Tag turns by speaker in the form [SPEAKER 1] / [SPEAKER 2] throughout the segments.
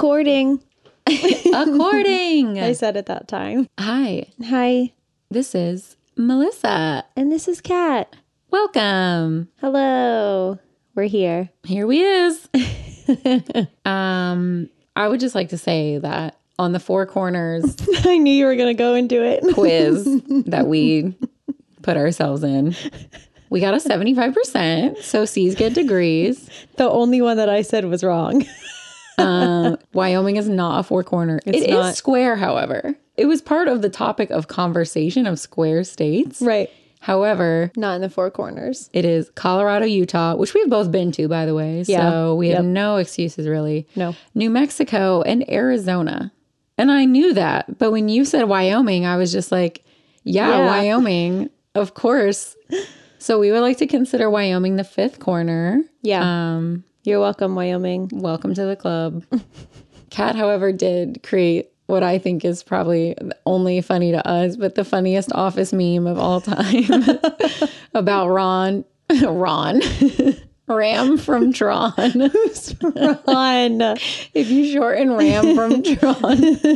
[SPEAKER 1] According,
[SPEAKER 2] According.
[SPEAKER 1] I said at that time.
[SPEAKER 2] Hi,
[SPEAKER 1] Hi,
[SPEAKER 2] this is Melissa.
[SPEAKER 1] and this is Kat.
[SPEAKER 2] Welcome.
[SPEAKER 1] Hello, we're here.
[SPEAKER 2] Here we is. um, I would just like to say that on the Four Corners
[SPEAKER 1] I knew you were gonna go into it.
[SPEAKER 2] quiz that we put ourselves in, we got a 75%. So C's get degrees.
[SPEAKER 1] The only one that I said was wrong.
[SPEAKER 2] Um, Wyoming is not a four corner. It's
[SPEAKER 1] not.
[SPEAKER 2] square, however. It was part of the topic of conversation of square states.
[SPEAKER 1] right,
[SPEAKER 2] However,
[SPEAKER 1] not in the four corners.
[SPEAKER 2] it is Colorado, Utah, which we've both been to, by the way.
[SPEAKER 1] Yeah.
[SPEAKER 2] So we have no excuses, really.
[SPEAKER 1] No.
[SPEAKER 2] New Mexico and Arizona. And I knew that. But when you said Wyoming, I was just like, yeah,
[SPEAKER 1] Yeah.
[SPEAKER 2] Wyoming, of course. So we would like to consider Wyoming the fifth corner.
[SPEAKER 1] Yeah,
[SPEAKER 2] Um,
[SPEAKER 1] you're welcome, Wyoming.
[SPEAKER 2] Welcome to the club. Kat, however, did create what I think is probably only funny to us, but the funniest office meme of all time about Ron, Ron, Ram from Tron.
[SPEAKER 1] Ron,
[SPEAKER 2] if you shorten Ram from Tron,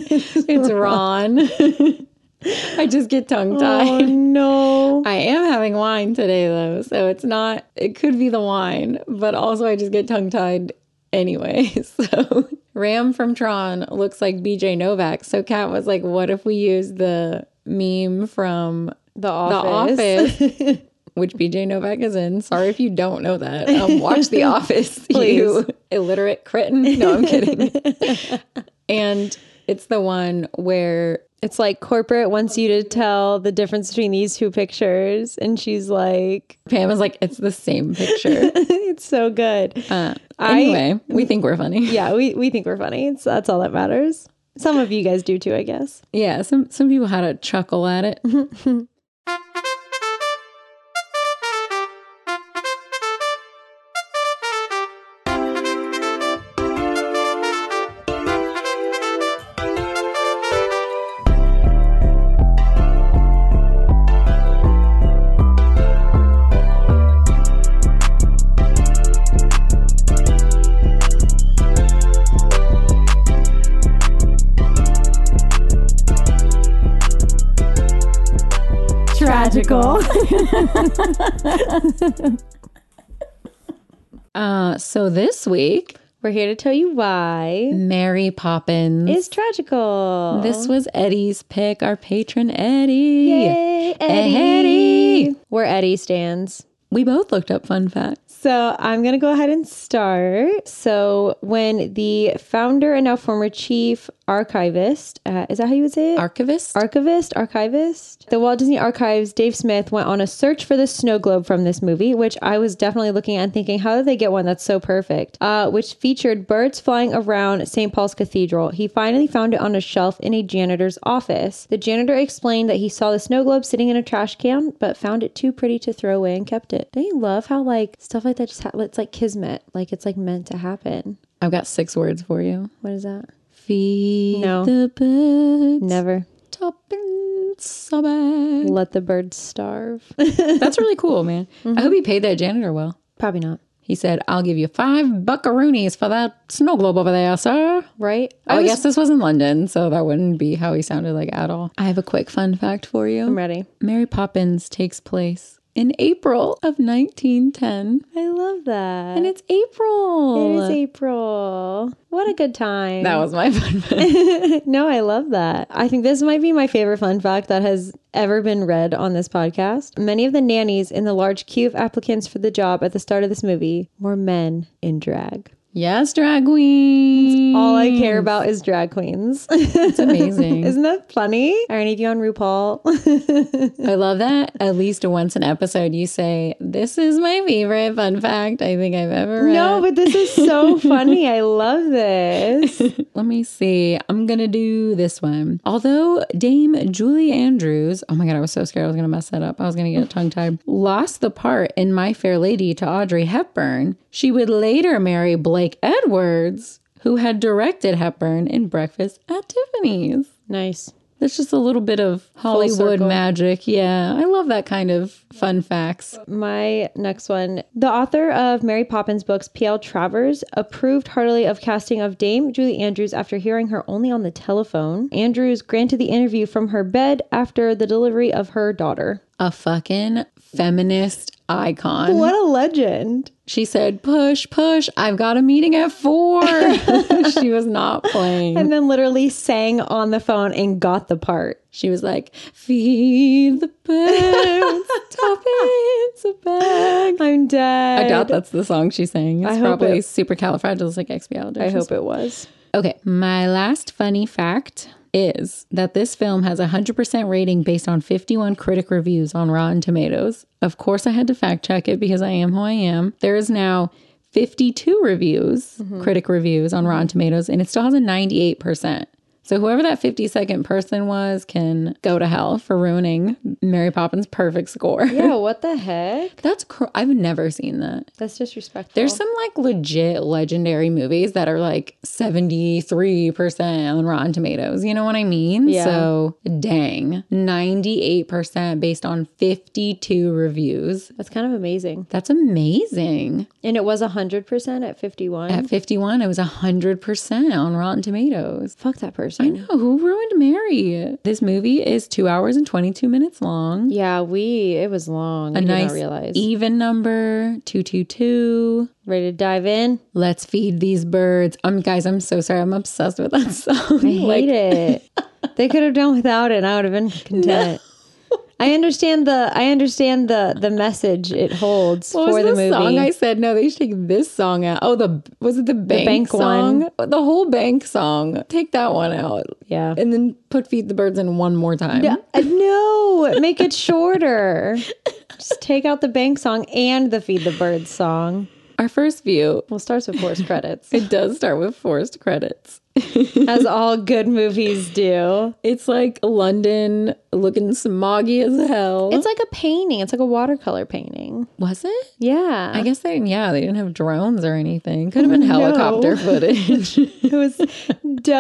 [SPEAKER 2] it's Ron. I just get tongue
[SPEAKER 1] oh
[SPEAKER 2] tied.
[SPEAKER 1] no,
[SPEAKER 2] I am having wine today, though, so it's not, it could be the wine, but also I just get tongue tied anyway. So, Ram from Tron looks like BJ Novak. So, Kat was like, what if we use the meme from
[SPEAKER 1] the
[SPEAKER 2] The
[SPEAKER 1] office.
[SPEAKER 2] Office? Which BJ Novak is in. Sorry if you don't know that. Um, watch The Office, you illiterate cretin. No, I'm kidding. and it's the one where
[SPEAKER 1] It's like corporate wants you to tell the difference between these two pictures, and she's like,
[SPEAKER 2] Pam is like, it's the same picture.
[SPEAKER 1] "It's so good."
[SPEAKER 2] Uh,
[SPEAKER 1] I-
[SPEAKER 2] anyway, we think we're funny.
[SPEAKER 1] yeah, we, we think we're funny. It's, that's all that matters. Some of you guys do too, I guess.
[SPEAKER 2] Yeah, some some people had a chuckle at it.
[SPEAKER 1] Tragical.
[SPEAKER 2] Uh, so this week,
[SPEAKER 1] We're here to tell you why
[SPEAKER 2] Mary Poppins.
[SPEAKER 1] it's tragical.
[SPEAKER 2] this was Eddie's pick, our patron Eddie.
[SPEAKER 1] Yay, Eddie.
[SPEAKER 2] Eddie.
[SPEAKER 1] Where Eddie stands.
[SPEAKER 2] We both looked up fun facts.
[SPEAKER 1] So I'm going to go ahead and start. So when the founder and now former chief archivist, uh, is that how you would say it?
[SPEAKER 2] Archivist.
[SPEAKER 1] archivist, archivist. The Walt Disney Archives, Dave Smith went on a search for the snow globe from this movie, which I was definitely looking at and thinking, how did they get one that's so perfect? Uh, which featured birds flying around St. Paul's Cathedral. He finally found it on a shelf in a janitor's office. The janitor explained that he saw the snow globe sitting in a trash can, but found it too pretty to throw away and kept it. Don't you love how like stuff like that just ha- it's like kismet, like it's like meant to happen.
[SPEAKER 2] I've got six words for you.
[SPEAKER 1] What is that?
[SPEAKER 2] Feed
[SPEAKER 1] No.
[SPEAKER 2] the birds.
[SPEAKER 1] Never
[SPEAKER 2] Top and summer.
[SPEAKER 1] let the birds starve.
[SPEAKER 2] That's really cool, man. I hope he paid that janitor well.
[SPEAKER 1] Probably not.
[SPEAKER 2] He said, "I'll give you five buckaroonies for that snow globe over there, sir."
[SPEAKER 1] Right? Oh,
[SPEAKER 2] I, guess this was in London, so that wouldn't be how he sounded like at all. I have a quick fun fact for you.
[SPEAKER 1] I'm ready.
[SPEAKER 2] Mary Poppins takes place in April of 1910.
[SPEAKER 1] I love that.
[SPEAKER 2] And it's April.
[SPEAKER 1] it is April. What a good time.
[SPEAKER 2] That was my fun fact.
[SPEAKER 1] no, I love that. I think this might be my favorite fun fact that has ever been read on this podcast. Many of the nannies in the large queue of applicants for the job at the start of this movie were men in drag.
[SPEAKER 2] yes, drag queen.
[SPEAKER 1] All I care about is drag queens.
[SPEAKER 2] It's amazing.
[SPEAKER 1] Isn't that funny? Are any of you on RuPaul?
[SPEAKER 2] I love that. At least once an episode, you say, "This is my favorite fun fact I think I've ever read."
[SPEAKER 1] no, but this is so funny. I love this.
[SPEAKER 2] Let me see. I'm going to do this one. Although Dame Julie Andrews, oh my God, I was so scared I was going to mess that up. I was going to get tongue tied, lost the part in My Fair Lady to Audrey Hepburn, she would later marry Blake Edwards, who had directed Hepburn in Breakfast at Tiffany's.
[SPEAKER 1] Nice.
[SPEAKER 2] There's just a little bit of Hollywood
[SPEAKER 1] circle.
[SPEAKER 2] magic. Yeah. I love that kind of fun facts.
[SPEAKER 1] My next one. The author of Mary Poppins books, P.L. Travers, approved heartily of casting of Dame Julie Andrews after hearing her only on the telephone. Andrews granted the interview from her bed after the delivery of her daughter.
[SPEAKER 2] A fucking feminist icon.
[SPEAKER 1] What a legend.
[SPEAKER 2] She said, push, push. I've got a meeting at four. she was not playing.
[SPEAKER 1] And then literally sang on the phone and got the part.
[SPEAKER 2] She was like, feed the birds, toppings a bag.
[SPEAKER 1] I'm dead.
[SPEAKER 2] I doubt that's the song she sang. It's
[SPEAKER 1] I hope
[SPEAKER 2] probably
[SPEAKER 1] it-
[SPEAKER 2] supercalifragilisticexpialidocious.
[SPEAKER 1] I hope it was.
[SPEAKER 2] Okay, my last funny fact is that this film has a 100% rating based on 51 critic reviews on Rotten Tomatoes. Of course, I had to fact check it because I am who I am. There is now 52 reviews, critic reviews on Rotten Tomatoes, and it still has a 98%. So whoever that 52nd person was can go to hell for ruining Mary Poppins' perfect score.
[SPEAKER 1] Yeah, what the heck?
[SPEAKER 2] That's cr- I've never seen that.
[SPEAKER 1] That's disrespectful.
[SPEAKER 2] There's some like legit legendary movies that are like 73% on Rotten Tomatoes. You know what I mean?
[SPEAKER 1] Yeah.
[SPEAKER 2] So, dang, 98% based on 52 reviews.
[SPEAKER 1] That's kind of amazing.
[SPEAKER 2] That's amazing.
[SPEAKER 1] And it was 100% at 51.
[SPEAKER 2] At 51, it was 100% on Rotten Tomatoes.
[SPEAKER 1] Fuck that person.
[SPEAKER 2] No, who ruined Mary? This movie is two hours and 22 minutes long.
[SPEAKER 1] Yeah, we, it was long. I did
[SPEAKER 2] nice
[SPEAKER 1] not realize.
[SPEAKER 2] even number 222.
[SPEAKER 1] Ready to dive in?
[SPEAKER 2] Let's feed these birds. Um, guys, I'm so sorry. I'm obsessed with that song.
[SPEAKER 1] I hate it. they could have done without it and I would have been content. I understand the I understand the the message it holds
[SPEAKER 2] What
[SPEAKER 1] for
[SPEAKER 2] was
[SPEAKER 1] the,
[SPEAKER 2] the,
[SPEAKER 1] movie.
[SPEAKER 2] song I said? No, they should take this song out. Oh, the was it the bank,
[SPEAKER 1] bank
[SPEAKER 2] song? The whole bank song. Take that one out,
[SPEAKER 1] yeah.
[SPEAKER 2] and then put feed the birds in one more time.
[SPEAKER 1] Uh, no, make it shorter. Just take out the bank song and the feed the birds song.
[SPEAKER 2] Our first view.
[SPEAKER 1] Well, it starts with forced credits,
[SPEAKER 2] It does start with forced credits.
[SPEAKER 1] as all good movies do.
[SPEAKER 2] It's like London looking smoggy as hell.
[SPEAKER 1] It's like a painting. It's like a watercolor painting.
[SPEAKER 2] was it?
[SPEAKER 1] Yeah,
[SPEAKER 2] I guess they yeah they didn't have drones or anything. Could have been helicopter footage.
[SPEAKER 1] it was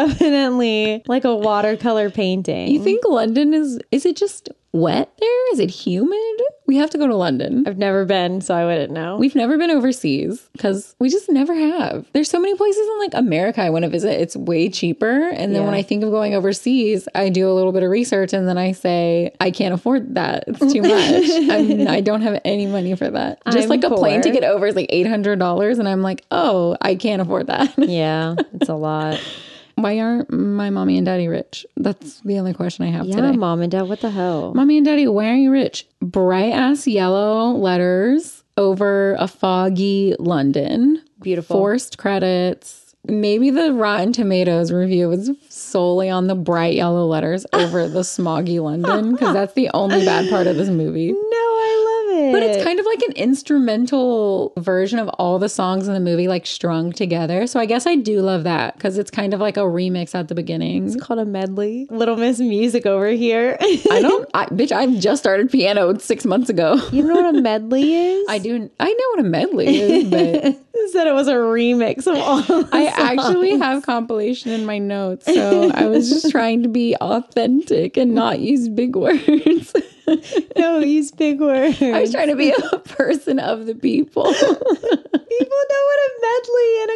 [SPEAKER 1] definitely like a watercolor painting.
[SPEAKER 2] You think London is is it just wet there? Is it humid? We have to go to London.
[SPEAKER 1] I've never been, so I wouldn't know.
[SPEAKER 2] We've never been overseas because we just never have. There's so many places in like America I want to visit. It's way cheaper. And then when
[SPEAKER 1] Yeah.
[SPEAKER 2] I think of going overseas, I do a little bit of research and then I say, I can't afford that. It's too much. I'm, I don't have any money for that. Just
[SPEAKER 1] I'm
[SPEAKER 2] like a plane
[SPEAKER 1] poor.
[SPEAKER 2] ticket over is like $800. And I'm like, oh, I can't afford that.
[SPEAKER 1] yeah, it's a lot.
[SPEAKER 2] Why aren't my mommy and daddy rich? That's the only question I have
[SPEAKER 1] Yeah,
[SPEAKER 2] today.
[SPEAKER 1] mom and dad, what the hell?
[SPEAKER 2] Mommy and Daddy, why are you rich? Bright ass yellow letters over a foggy London.
[SPEAKER 1] Beautiful.
[SPEAKER 2] Forced credits. Maybe the Rotten Tomatoes review was solely on the bright yellow letters over the smoggy London because that's the only bad part of this movie.
[SPEAKER 1] No, I love it.
[SPEAKER 2] But it's kind of like an instrumental version of all the songs in the movie, like strung together. So I guess I do love that because it's kind of like a remix at the beginning.
[SPEAKER 1] called a medley. Little Miss Music over here.
[SPEAKER 2] I don't, I, bitch, I just started piano six months ago.
[SPEAKER 1] you know what a medley is?
[SPEAKER 2] I do. I know what a medley is, but
[SPEAKER 1] said it was a remix of all.
[SPEAKER 2] I actually have compilation in my notes. So I was just trying to be authentic and not use big words.
[SPEAKER 1] no, use big words.
[SPEAKER 2] I was trying to be a person of the people.
[SPEAKER 1] People know what a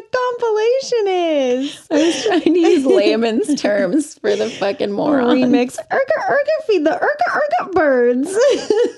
[SPEAKER 1] medley and a compilation is.
[SPEAKER 2] I was trying to use layman's terms for the fucking moron.
[SPEAKER 1] Remix. Urka Urka feed the Urka Urka birds.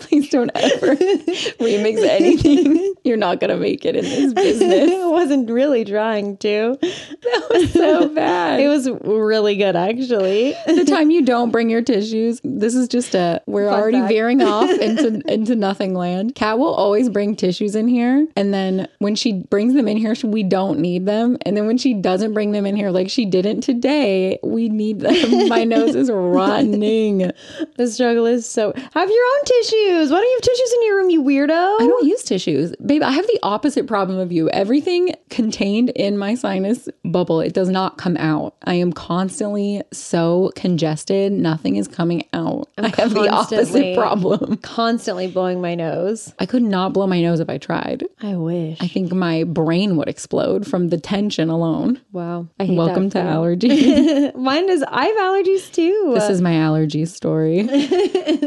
[SPEAKER 2] Please don't ever remix anything. You're not gonna make it in this business.
[SPEAKER 1] I wasn't really trying to.
[SPEAKER 2] That was so bad.
[SPEAKER 1] It was really good, actually.
[SPEAKER 2] the time you don't bring your tissues, this is just a we're
[SPEAKER 1] Fun
[SPEAKER 2] already
[SPEAKER 1] fact.
[SPEAKER 2] veering off into into nothing land. Kat will always bring tissues in here, and then when she brings them in here, she- we don't need them. And then when she doesn't bring them in here, like she didn't today, we need them. My nose is rotting.
[SPEAKER 1] The struggle is so. Have your own tissues. Why don't you have tissues in your room, you weirdo?
[SPEAKER 2] I don't use tissues, babe. I have the opposite problem of you. Everything contained in my sinus bubble. It does not come out. I am constantly so congested. Nothing is coming out. i have
[SPEAKER 1] constantly-
[SPEAKER 2] the opposite problem.
[SPEAKER 1] Constantly blowing my nose.
[SPEAKER 2] I could not blow my nose if I tried.
[SPEAKER 1] I wish.
[SPEAKER 2] I think my brain would explode from the tension alone.
[SPEAKER 1] wow. I hate
[SPEAKER 2] Welcome to
[SPEAKER 1] that
[SPEAKER 2] allergy.
[SPEAKER 1] to Mine is I have allergies too.
[SPEAKER 2] this is my allergy story.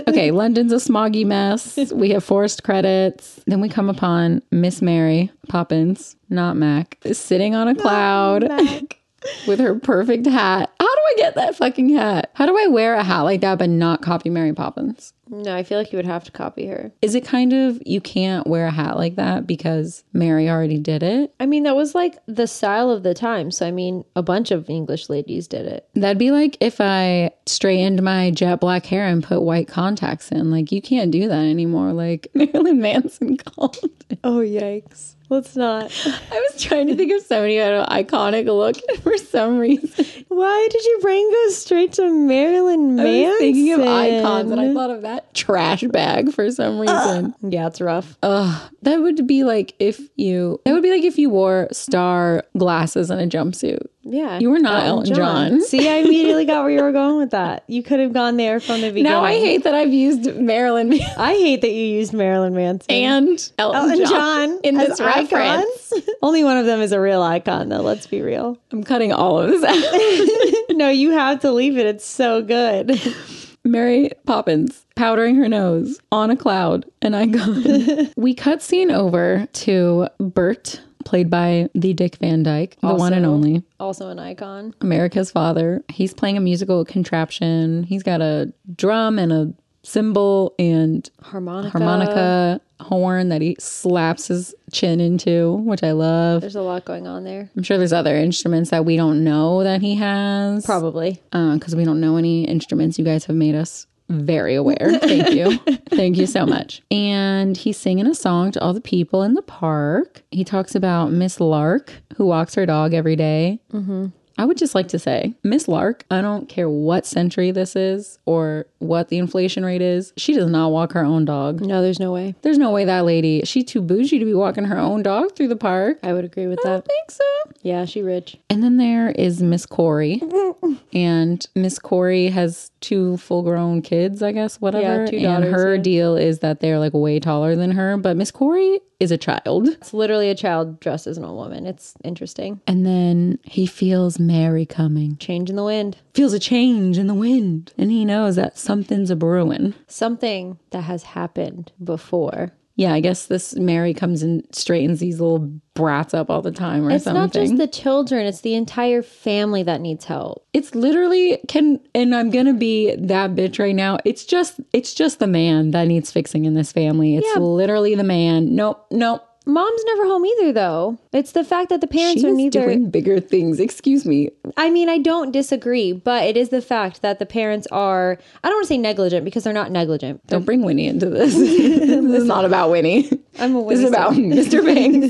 [SPEAKER 2] okay, London's a smoggy mess. We have forced credits. Then we come upon Miss Mary Poppins, not Mac, sitting on a cloud.
[SPEAKER 1] Mac.
[SPEAKER 2] with her perfect hat. How do I get that fucking hat? How do I wear a hat like that but not copy Mary Poppins?
[SPEAKER 1] no, I feel like you would have to copy her.
[SPEAKER 2] Is it kind of you can't wear a hat like that because Mary already did it?
[SPEAKER 1] I mean, that was like the style of the time. So, I mean, a bunch of English ladies did it.
[SPEAKER 2] That'd be like if I straightened my jet black hair and put white contacts in. Like you can't do that anymore. Like Marilyn Manson called. it.
[SPEAKER 1] Oh, yikes. Let's not.
[SPEAKER 2] I was trying to think of somebody who had an iconic look and for some reason.
[SPEAKER 1] Why did your brain go straight to Marilyn Manson?
[SPEAKER 2] I was thinking of icons and I thought of that trash bag for some reason.
[SPEAKER 1] Yeah, it's rough.
[SPEAKER 2] Ugh, that would be like if you. That would be like if you wore star glasses and a jumpsuit.
[SPEAKER 1] Yeah.
[SPEAKER 2] You were not Elton John.
[SPEAKER 1] See, I immediately got where you were going with that. You could have gone there from the beginning.
[SPEAKER 2] Now I hate that I've used Marilyn Manson
[SPEAKER 1] I hate that you used Marilyn Manson.
[SPEAKER 2] and Elton,
[SPEAKER 1] Elton
[SPEAKER 2] John, in
[SPEAKER 1] as
[SPEAKER 2] this reference.
[SPEAKER 1] icons. Only one of them is a real icon, though. Let's be real.
[SPEAKER 2] I'm cutting all of this out.
[SPEAKER 1] no, you have to leave it. It's so good.
[SPEAKER 2] Mary Poppins powdering her nose on a cloud, an icon. we cut scene over to Bert, played by the Dick Van Dyke, the one and
[SPEAKER 1] Also-
[SPEAKER 2] only.
[SPEAKER 1] Also an icon.
[SPEAKER 2] America's Father. He's playing a musical contraption. He's got a drum and a cymbal and
[SPEAKER 1] Harmonica.
[SPEAKER 2] harmonica horn that he slaps his chin into, which I love.
[SPEAKER 1] There's a lot going on there.
[SPEAKER 2] I'm sure there's other instruments that we don't know that he has.
[SPEAKER 1] Probably.
[SPEAKER 2] Because Uh, we don't know any instruments. You guys have made us very aware. Thank you. Thank you so much. And he's singing a song to all the people in the park. He talks about Miss Lark, who walks her dog every day. I would just like to say, Miss Lark, I don't care what century this is or what the inflation rate is, she does not walk her own dog.
[SPEAKER 1] No, there's no way.
[SPEAKER 2] There's no way that lady, she too bougie to be walking her own dog through the park.
[SPEAKER 1] I would agree with that.
[SPEAKER 2] I don't think so.
[SPEAKER 1] Yeah, she rich.
[SPEAKER 2] And then there is Miss Corey. and Miss Corey has two full grown kids, I guess, whatever.
[SPEAKER 1] Yeah, two
[SPEAKER 2] and
[SPEAKER 1] daughters,
[SPEAKER 2] her deal is that they're like way taller than her. But Miss Corey is a child.
[SPEAKER 1] It's literally a child dressed as an old woman. It's interesting.
[SPEAKER 2] And then he feels Mary coming,
[SPEAKER 1] Change in the wind.
[SPEAKER 2] feels a change in the wind. And he knows that something's a brewing.
[SPEAKER 1] Something that has happened before.
[SPEAKER 2] Yeah, I guess this Mary comes and straightens these little brats up all the time or
[SPEAKER 1] It's
[SPEAKER 2] something.
[SPEAKER 1] not just the children, it's the entire family that needs help.
[SPEAKER 2] it's literally can and i'm gonna be that bitch right now it's just it's just the man that needs fixing in this family it's
[SPEAKER 1] Yeah.
[SPEAKER 2] literally the man nope nope
[SPEAKER 1] Mom's never home either, though. It's the fact that the parents
[SPEAKER 2] she's
[SPEAKER 1] are neither.
[SPEAKER 2] doing bigger things excuse me
[SPEAKER 1] I mean, I don't disagree, but it is the fact that the parents are, I don't want to say negligent because they're not negligent.
[SPEAKER 2] don't bring winnie into this this is not about winnie
[SPEAKER 1] I'm a
[SPEAKER 2] this is about mr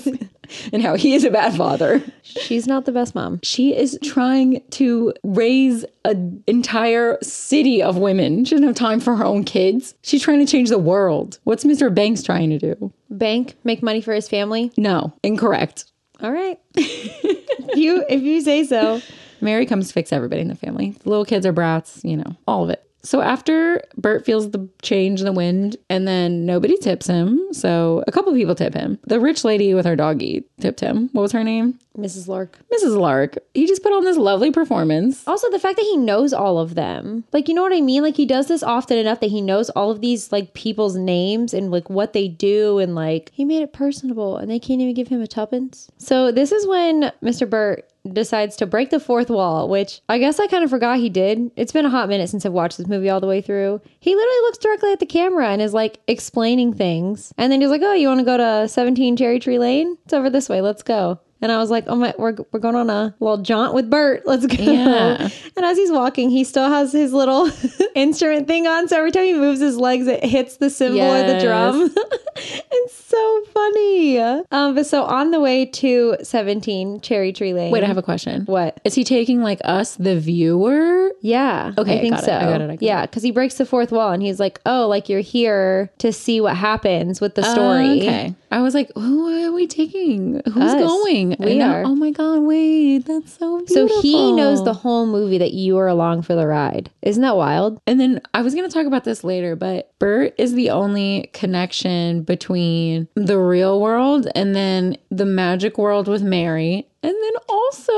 [SPEAKER 2] banks and how he is a bad father
[SPEAKER 1] She's not the best mom.
[SPEAKER 2] she is trying to raise an entire city of women she doesn't have time for her own kids she's trying to change the world what's mr banks trying to do
[SPEAKER 1] Bank, make money for his family.
[SPEAKER 2] no incorrect
[SPEAKER 1] All right. you, if you say so.
[SPEAKER 2] Mary comes to fix everybody in the family. The little kids are brats, you know, all of it. So after Bert feels the change in the wind, and then nobody tips him. So a couple people tip him. The rich lady with her doggy tipped him. What was her name?
[SPEAKER 1] Mrs. Lark.
[SPEAKER 2] Mrs. Lark. He just put on this lovely performance.
[SPEAKER 1] Also, the fact that he knows all of them. Like, you know what I mean? Like, he does this often enough that he knows all of these, like, people's names and, like, what they do. And, like, he made it personable and they can't even give him a tuppence. So, this is when Mr. Burt decides to break the fourth wall, which I guess I kind of forgot he did. It's been a hot minute since I've watched this movie all the way through. He literally looks directly at the camera and is, like, explaining things. And then he's like, oh, you want to go to 17 Cherry Tree Lane? It's over this way. Let's go. And I was like, oh my, we're, we're going on a little jaunt with Bert. Let's go.
[SPEAKER 2] Yeah.
[SPEAKER 1] And as he's walking, he still has his little instrument thing on. So every time he moves his legs, it hits the cymbal or the
[SPEAKER 2] Yes.
[SPEAKER 1] drum. it's so funny. Um, but so on the way to 17 Cherry Tree Lane.
[SPEAKER 2] Wait, I have a question.
[SPEAKER 1] what?
[SPEAKER 2] Is he taking like us, the viewer?
[SPEAKER 1] Yeah.
[SPEAKER 2] Okay,
[SPEAKER 1] I think
[SPEAKER 2] got it,
[SPEAKER 1] so.
[SPEAKER 2] I got it, I got
[SPEAKER 1] yeah, because he breaks the fourth wall and he's like, "Oh, like you're here to
[SPEAKER 2] Uh,
[SPEAKER 1] see what happens with the story."
[SPEAKER 2] okay. I was like, who are we taking? Who's
[SPEAKER 1] Us.
[SPEAKER 2] going? amazing.
[SPEAKER 1] We
[SPEAKER 2] I know.
[SPEAKER 1] are.
[SPEAKER 2] Oh my God, wait, that's so
[SPEAKER 1] So
[SPEAKER 2] beautiful.
[SPEAKER 1] he knows the whole movie that you are along for the ride. Isn't that wild?
[SPEAKER 2] And then I was going to talk about this later, but Bert is the only connection between the real world and then the magic world with Mary, and then also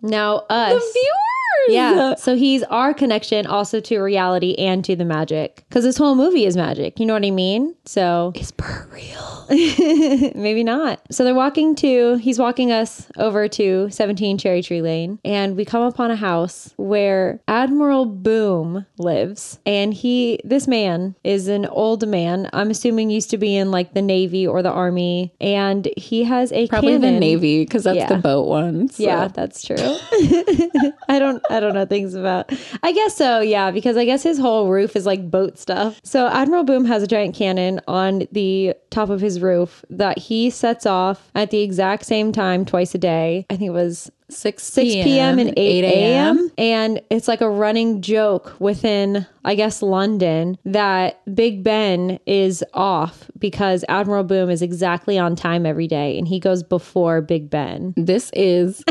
[SPEAKER 1] Now
[SPEAKER 2] the
[SPEAKER 1] us.
[SPEAKER 2] viewers.
[SPEAKER 1] Yeah. So he's our connection also to reality and to the magic. Because this whole movie is magic. You know what I mean? So
[SPEAKER 2] Is Bert real?
[SPEAKER 1] maybe not. So they're walking to, he's walking us over to 17 Cherry Tree Lane. And we come upon a house where Admiral Boom lives. And he, this man is an old man. I'm assuming used to be in like the Navy or the Army. And he has a
[SPEAKER 2] Probably the
[SPEAKER 1] cannon.
[SPEAKER 2] Navy, because that's the
[SPEAKER 1] Yeah.
[SPEAKER 2] boat one. so.
[SPEAKER 1] Yeah, that's true. I don't I don't know things about. I guess so, yeah, because I guess his whole roof is like boat stuff. So Admiral Boom has a giant cannon on the top of his roof that he sets off at the exact same time twice a day. I think it was
[SPEAKER 2] 6
[SPEAKER 1] 6 p.m. and 8 a.m. And it's like a running joke within, I guess, London that Big Ben is off because Admiral Boom is exactly on time every day and he goes before Big Ben.
[SPEAKER 2] This is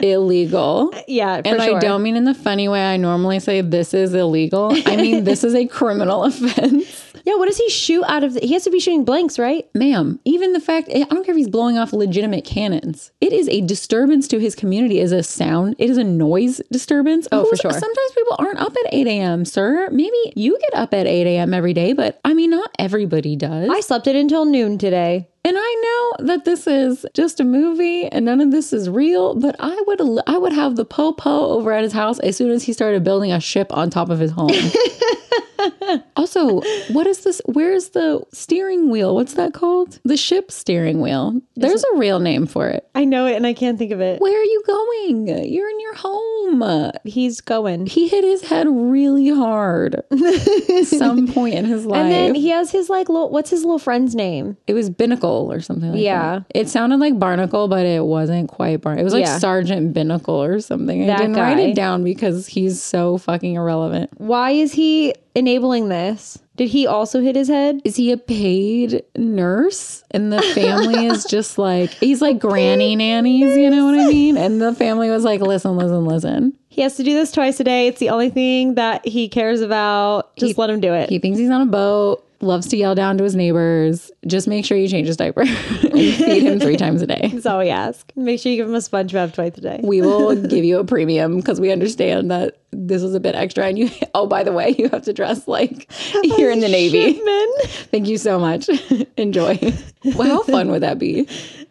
[SPEAKER 2] illegal.
[SPEAKER 1] Yeah, for
[SPEAKER 2] And
[SPEAKER 1] sure.
[SPEAKER 2] I don't mean in the funny way I normally say this is illegal. I mean, this is a criminal offense.
[SPEAKER 1] Yeah, what does he shoot out of? The, he has to be shooting blanks, right?
[SPEAKER 2] Ma'am, even the fact, I don't care if he's blowing off legitimate cannons, it is a disturbance to his community, It is a sound, it is a noise disturbance. Oh,
[SPEAKER 1] for sure.
[SPEAKER 2] Sometimes people aren't up at 8 a.m., sir. Maybe you get up at 8 a.m. every day, but I mean, not everybody does.
[SPEAKER 1] I slept it until noon today.
[SPEAKER 2] and I know that this is just a movie and none of this is real, but I would I would have the po po over at his house as soon as he started building a ship on top of his home. also, what is this? Where's the steering wheel? What's that called? The ship steering wheel. There's a real name for it.
[SPEAKER 1] I know it, and I can't think of it.
[SPEAKER 2] Where are you going? You're in your home.
[SPEAKER 1] He's going,
[SPEAKER 2] He hit his head really hard some point in his life.
[SPEAKER 1] and then he has his like little. What's his little friend's name?
[SPEAKER 2] It was Binnacle or something like
[SPEAKER 1] Yeah.
[SPEAKER 2] that. It sounded like Barnacle, but it wasn't quite Barnacle. It was like
[SPEAKER 1] Yeah.
[SPEAKER 2] Sergeant Binnacle or something. I
[SPEAKER 1] That
[SPEAKER 2] didn't write
[SPEAKER 1] guy.
[SPEAKER 2] it down because he's so fucking irrelevant.
[SPEAKER 1] Why is he enabling this? Did he also hit his head?
[SPEAKER 2] Is he a paid nurse? And the family is just like, he's like granny nannies, you know what I mean? And the family was like, listen, listen, listen.
[SPEAKER 1] He has to do this twice a day. It's the only thing that he cares about. Just let him do it.
[SPEAKER 2] He thinks he's on a boat, loves to yell down to his neighbors. Just make sure you change his diaper and feed him three times a day.
[SPEAKER 1] That's all we ask. Make sure you give him a SpongeBob twice a day.
[SPEAKER 2] we will give you a premium because we understand that this is a bit extra. And you, oh, by the way, you have to dress like you're in the Navy.
[SPEAKER 1] Shipman.
[SPEAKER 2] Thank you so much. Enjoy. Well, how fun would that be?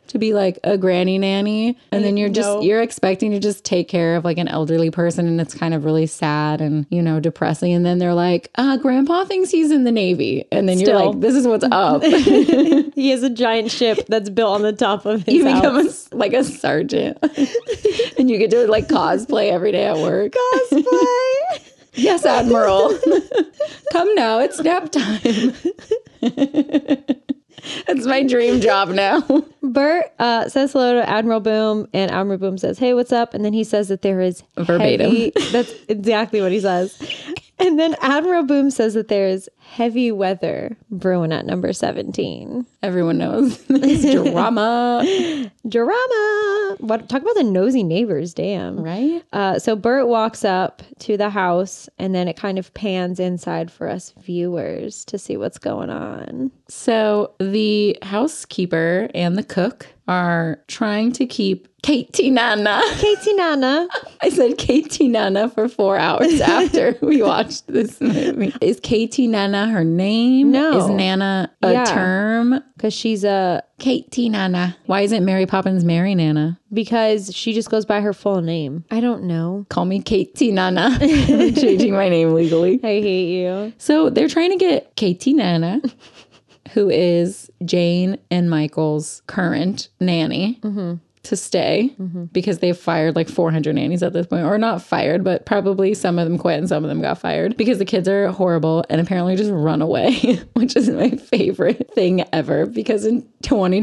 [SPEAKER 2] To be like a granny nanny, and then you're just
[SPEAKER 1] No.
[SPEAKER 2] you're expecting to just take care of like an elderly person, and it's kind of really sad and you know depressing. And then they're like, uh, "Grandpa thinks he's in the Navy," and then you're
[SPEAKER 1] Still.
[SPEAKER 2] like, "This is what's up." you
[SPEAKER 1] He has a giant ship that's built on the top of his house.
[SPEAKER 2] become a s like a sergeant, and you get to like cosplay every day at work.
[SPEAKER 1] cosplay.
[SPEAKER 2] Yes, Admiral. Come now, it's nap time. It's my dream job now.
[SPEAKER 1] Bert uh, says hello to Admiral Boom, and Admiral Boom says, "Hey, what's up?" And then he says that there is
[SPEAKER 2] Verbatim.
[SPEAKER 1] heavy- that's exactly what he says. And then Admiral Boom says that there is heavy weather brewing at number seventeen.
[SPEAKER 2] Everyone knows this drama,
[SPEAKER 1] Drama. What? Talk about the nosy neighbors. Damn.
[SPEAKER 2] right?
[SPEAKER 1] Uh, so Bert walks up to the house, and then it kind of pans inside for us viewers to see what's going on.
[SPEAKER 2] So the housekeeper and the cook are trying to keep Katie Nana.
[SPEAKER 1] Katie Nana.
[SPEAKER 2] I said Katie Nana for four hours after we watched this movie. Is Katie Nana her name?
[SPEAKER 1] No.
[SPEAKER 2] Is Nana a
[SPEAKER 1] Yeah.
[SPEAKER 2] term?
[SPEAKER 1] because she's uh, a
[SPEAKER 2] Katie Nana. Why isn't Mary Poppins Mary Nana?
[SPEAKER 1] because she just goes by her full name. I don't know.
[SPEAKER 2] Call me Katie Nana. I'm changing my name legally.
[SPEAKER 1] I hate you.
[SPEAKER 2] So they're trying to get Katie Nana, who is Jane and Michael's current nanny,
[SPEAKER 1] Mm-hmm.
[SPEAKER 2] to stay because they've fired like 400 nannies at this point, or not fired, but probably some of them quit and some of them got fired because the kids are horrible and apparently just run away, which is my favorite thing ever. Because in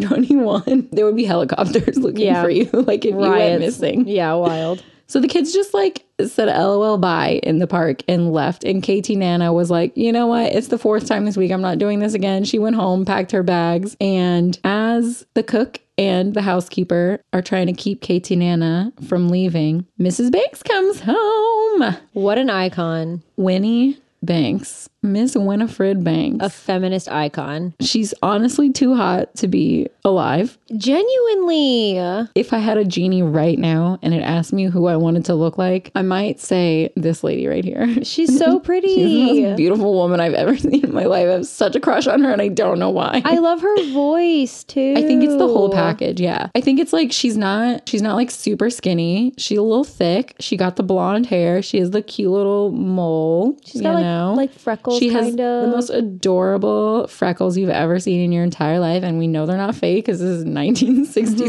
[SPEAKER 2] 2021, there would be helicopters looking
[SPEAKER 1] Yeah.
[SPEAKER 2] for you, like if you went
[SPEAKER 1] Riots.
[SPEAKER 2] missing.
[SPEAKER 1] Yeah, wild.
[SPEAKER 2] So the kids just like said LOL bye in the park and left. And Katie Nana was like, you know what? It's the fourth time this week. I'm not doing this again. She went home, packed her bags. And as the cook and the housekeeper are trying to keep Katie Nana from leaving. Mrs. Banks comes home.
[SPEAKER 1] What an icon.
[SPEAKER 2] Winnie Banks, Miss Winifred Banks.
[SPEAKER 1] A feminist icon.
[SPEAKER 2] She's honestly too hot to be alive.
[SPEAKER 1] Genuinely. uh,
[SPEAKER 2] If I had a genie right now and it asked me who I wanted to look like, I might say this lady right here.
[SPEAKER 1] She's so
[SPEAKER 2] She's the most
[SPEAKER 1] pretty.
[SPEAKER 2] beautiful woman I've ever seen in my life. I have such a crush on her, and I don't know why.
[SPEAKER 1] I love her voice too.
[SPEAKER 2] I think it's the whole package. Yeah. I think it's like she's not she's not like super skinny. She's a little thick. She got the blonde hair. She has the cute little mole.
[SPEAKER 1] She's got
[SPEAKER 2] you
[SPEAKER 1] like,
[SPEAKER 2] know?
[SPEAKER 1] like freckles
[SPEAKER 2] she has
[SPEAKER 1] kind
[SPEAKER 2] the
[SPEAKER 1] of.
[SPEAKER 2] most adorable freckles you've ever seen in your entire life, and we know they're not fake because this is 1960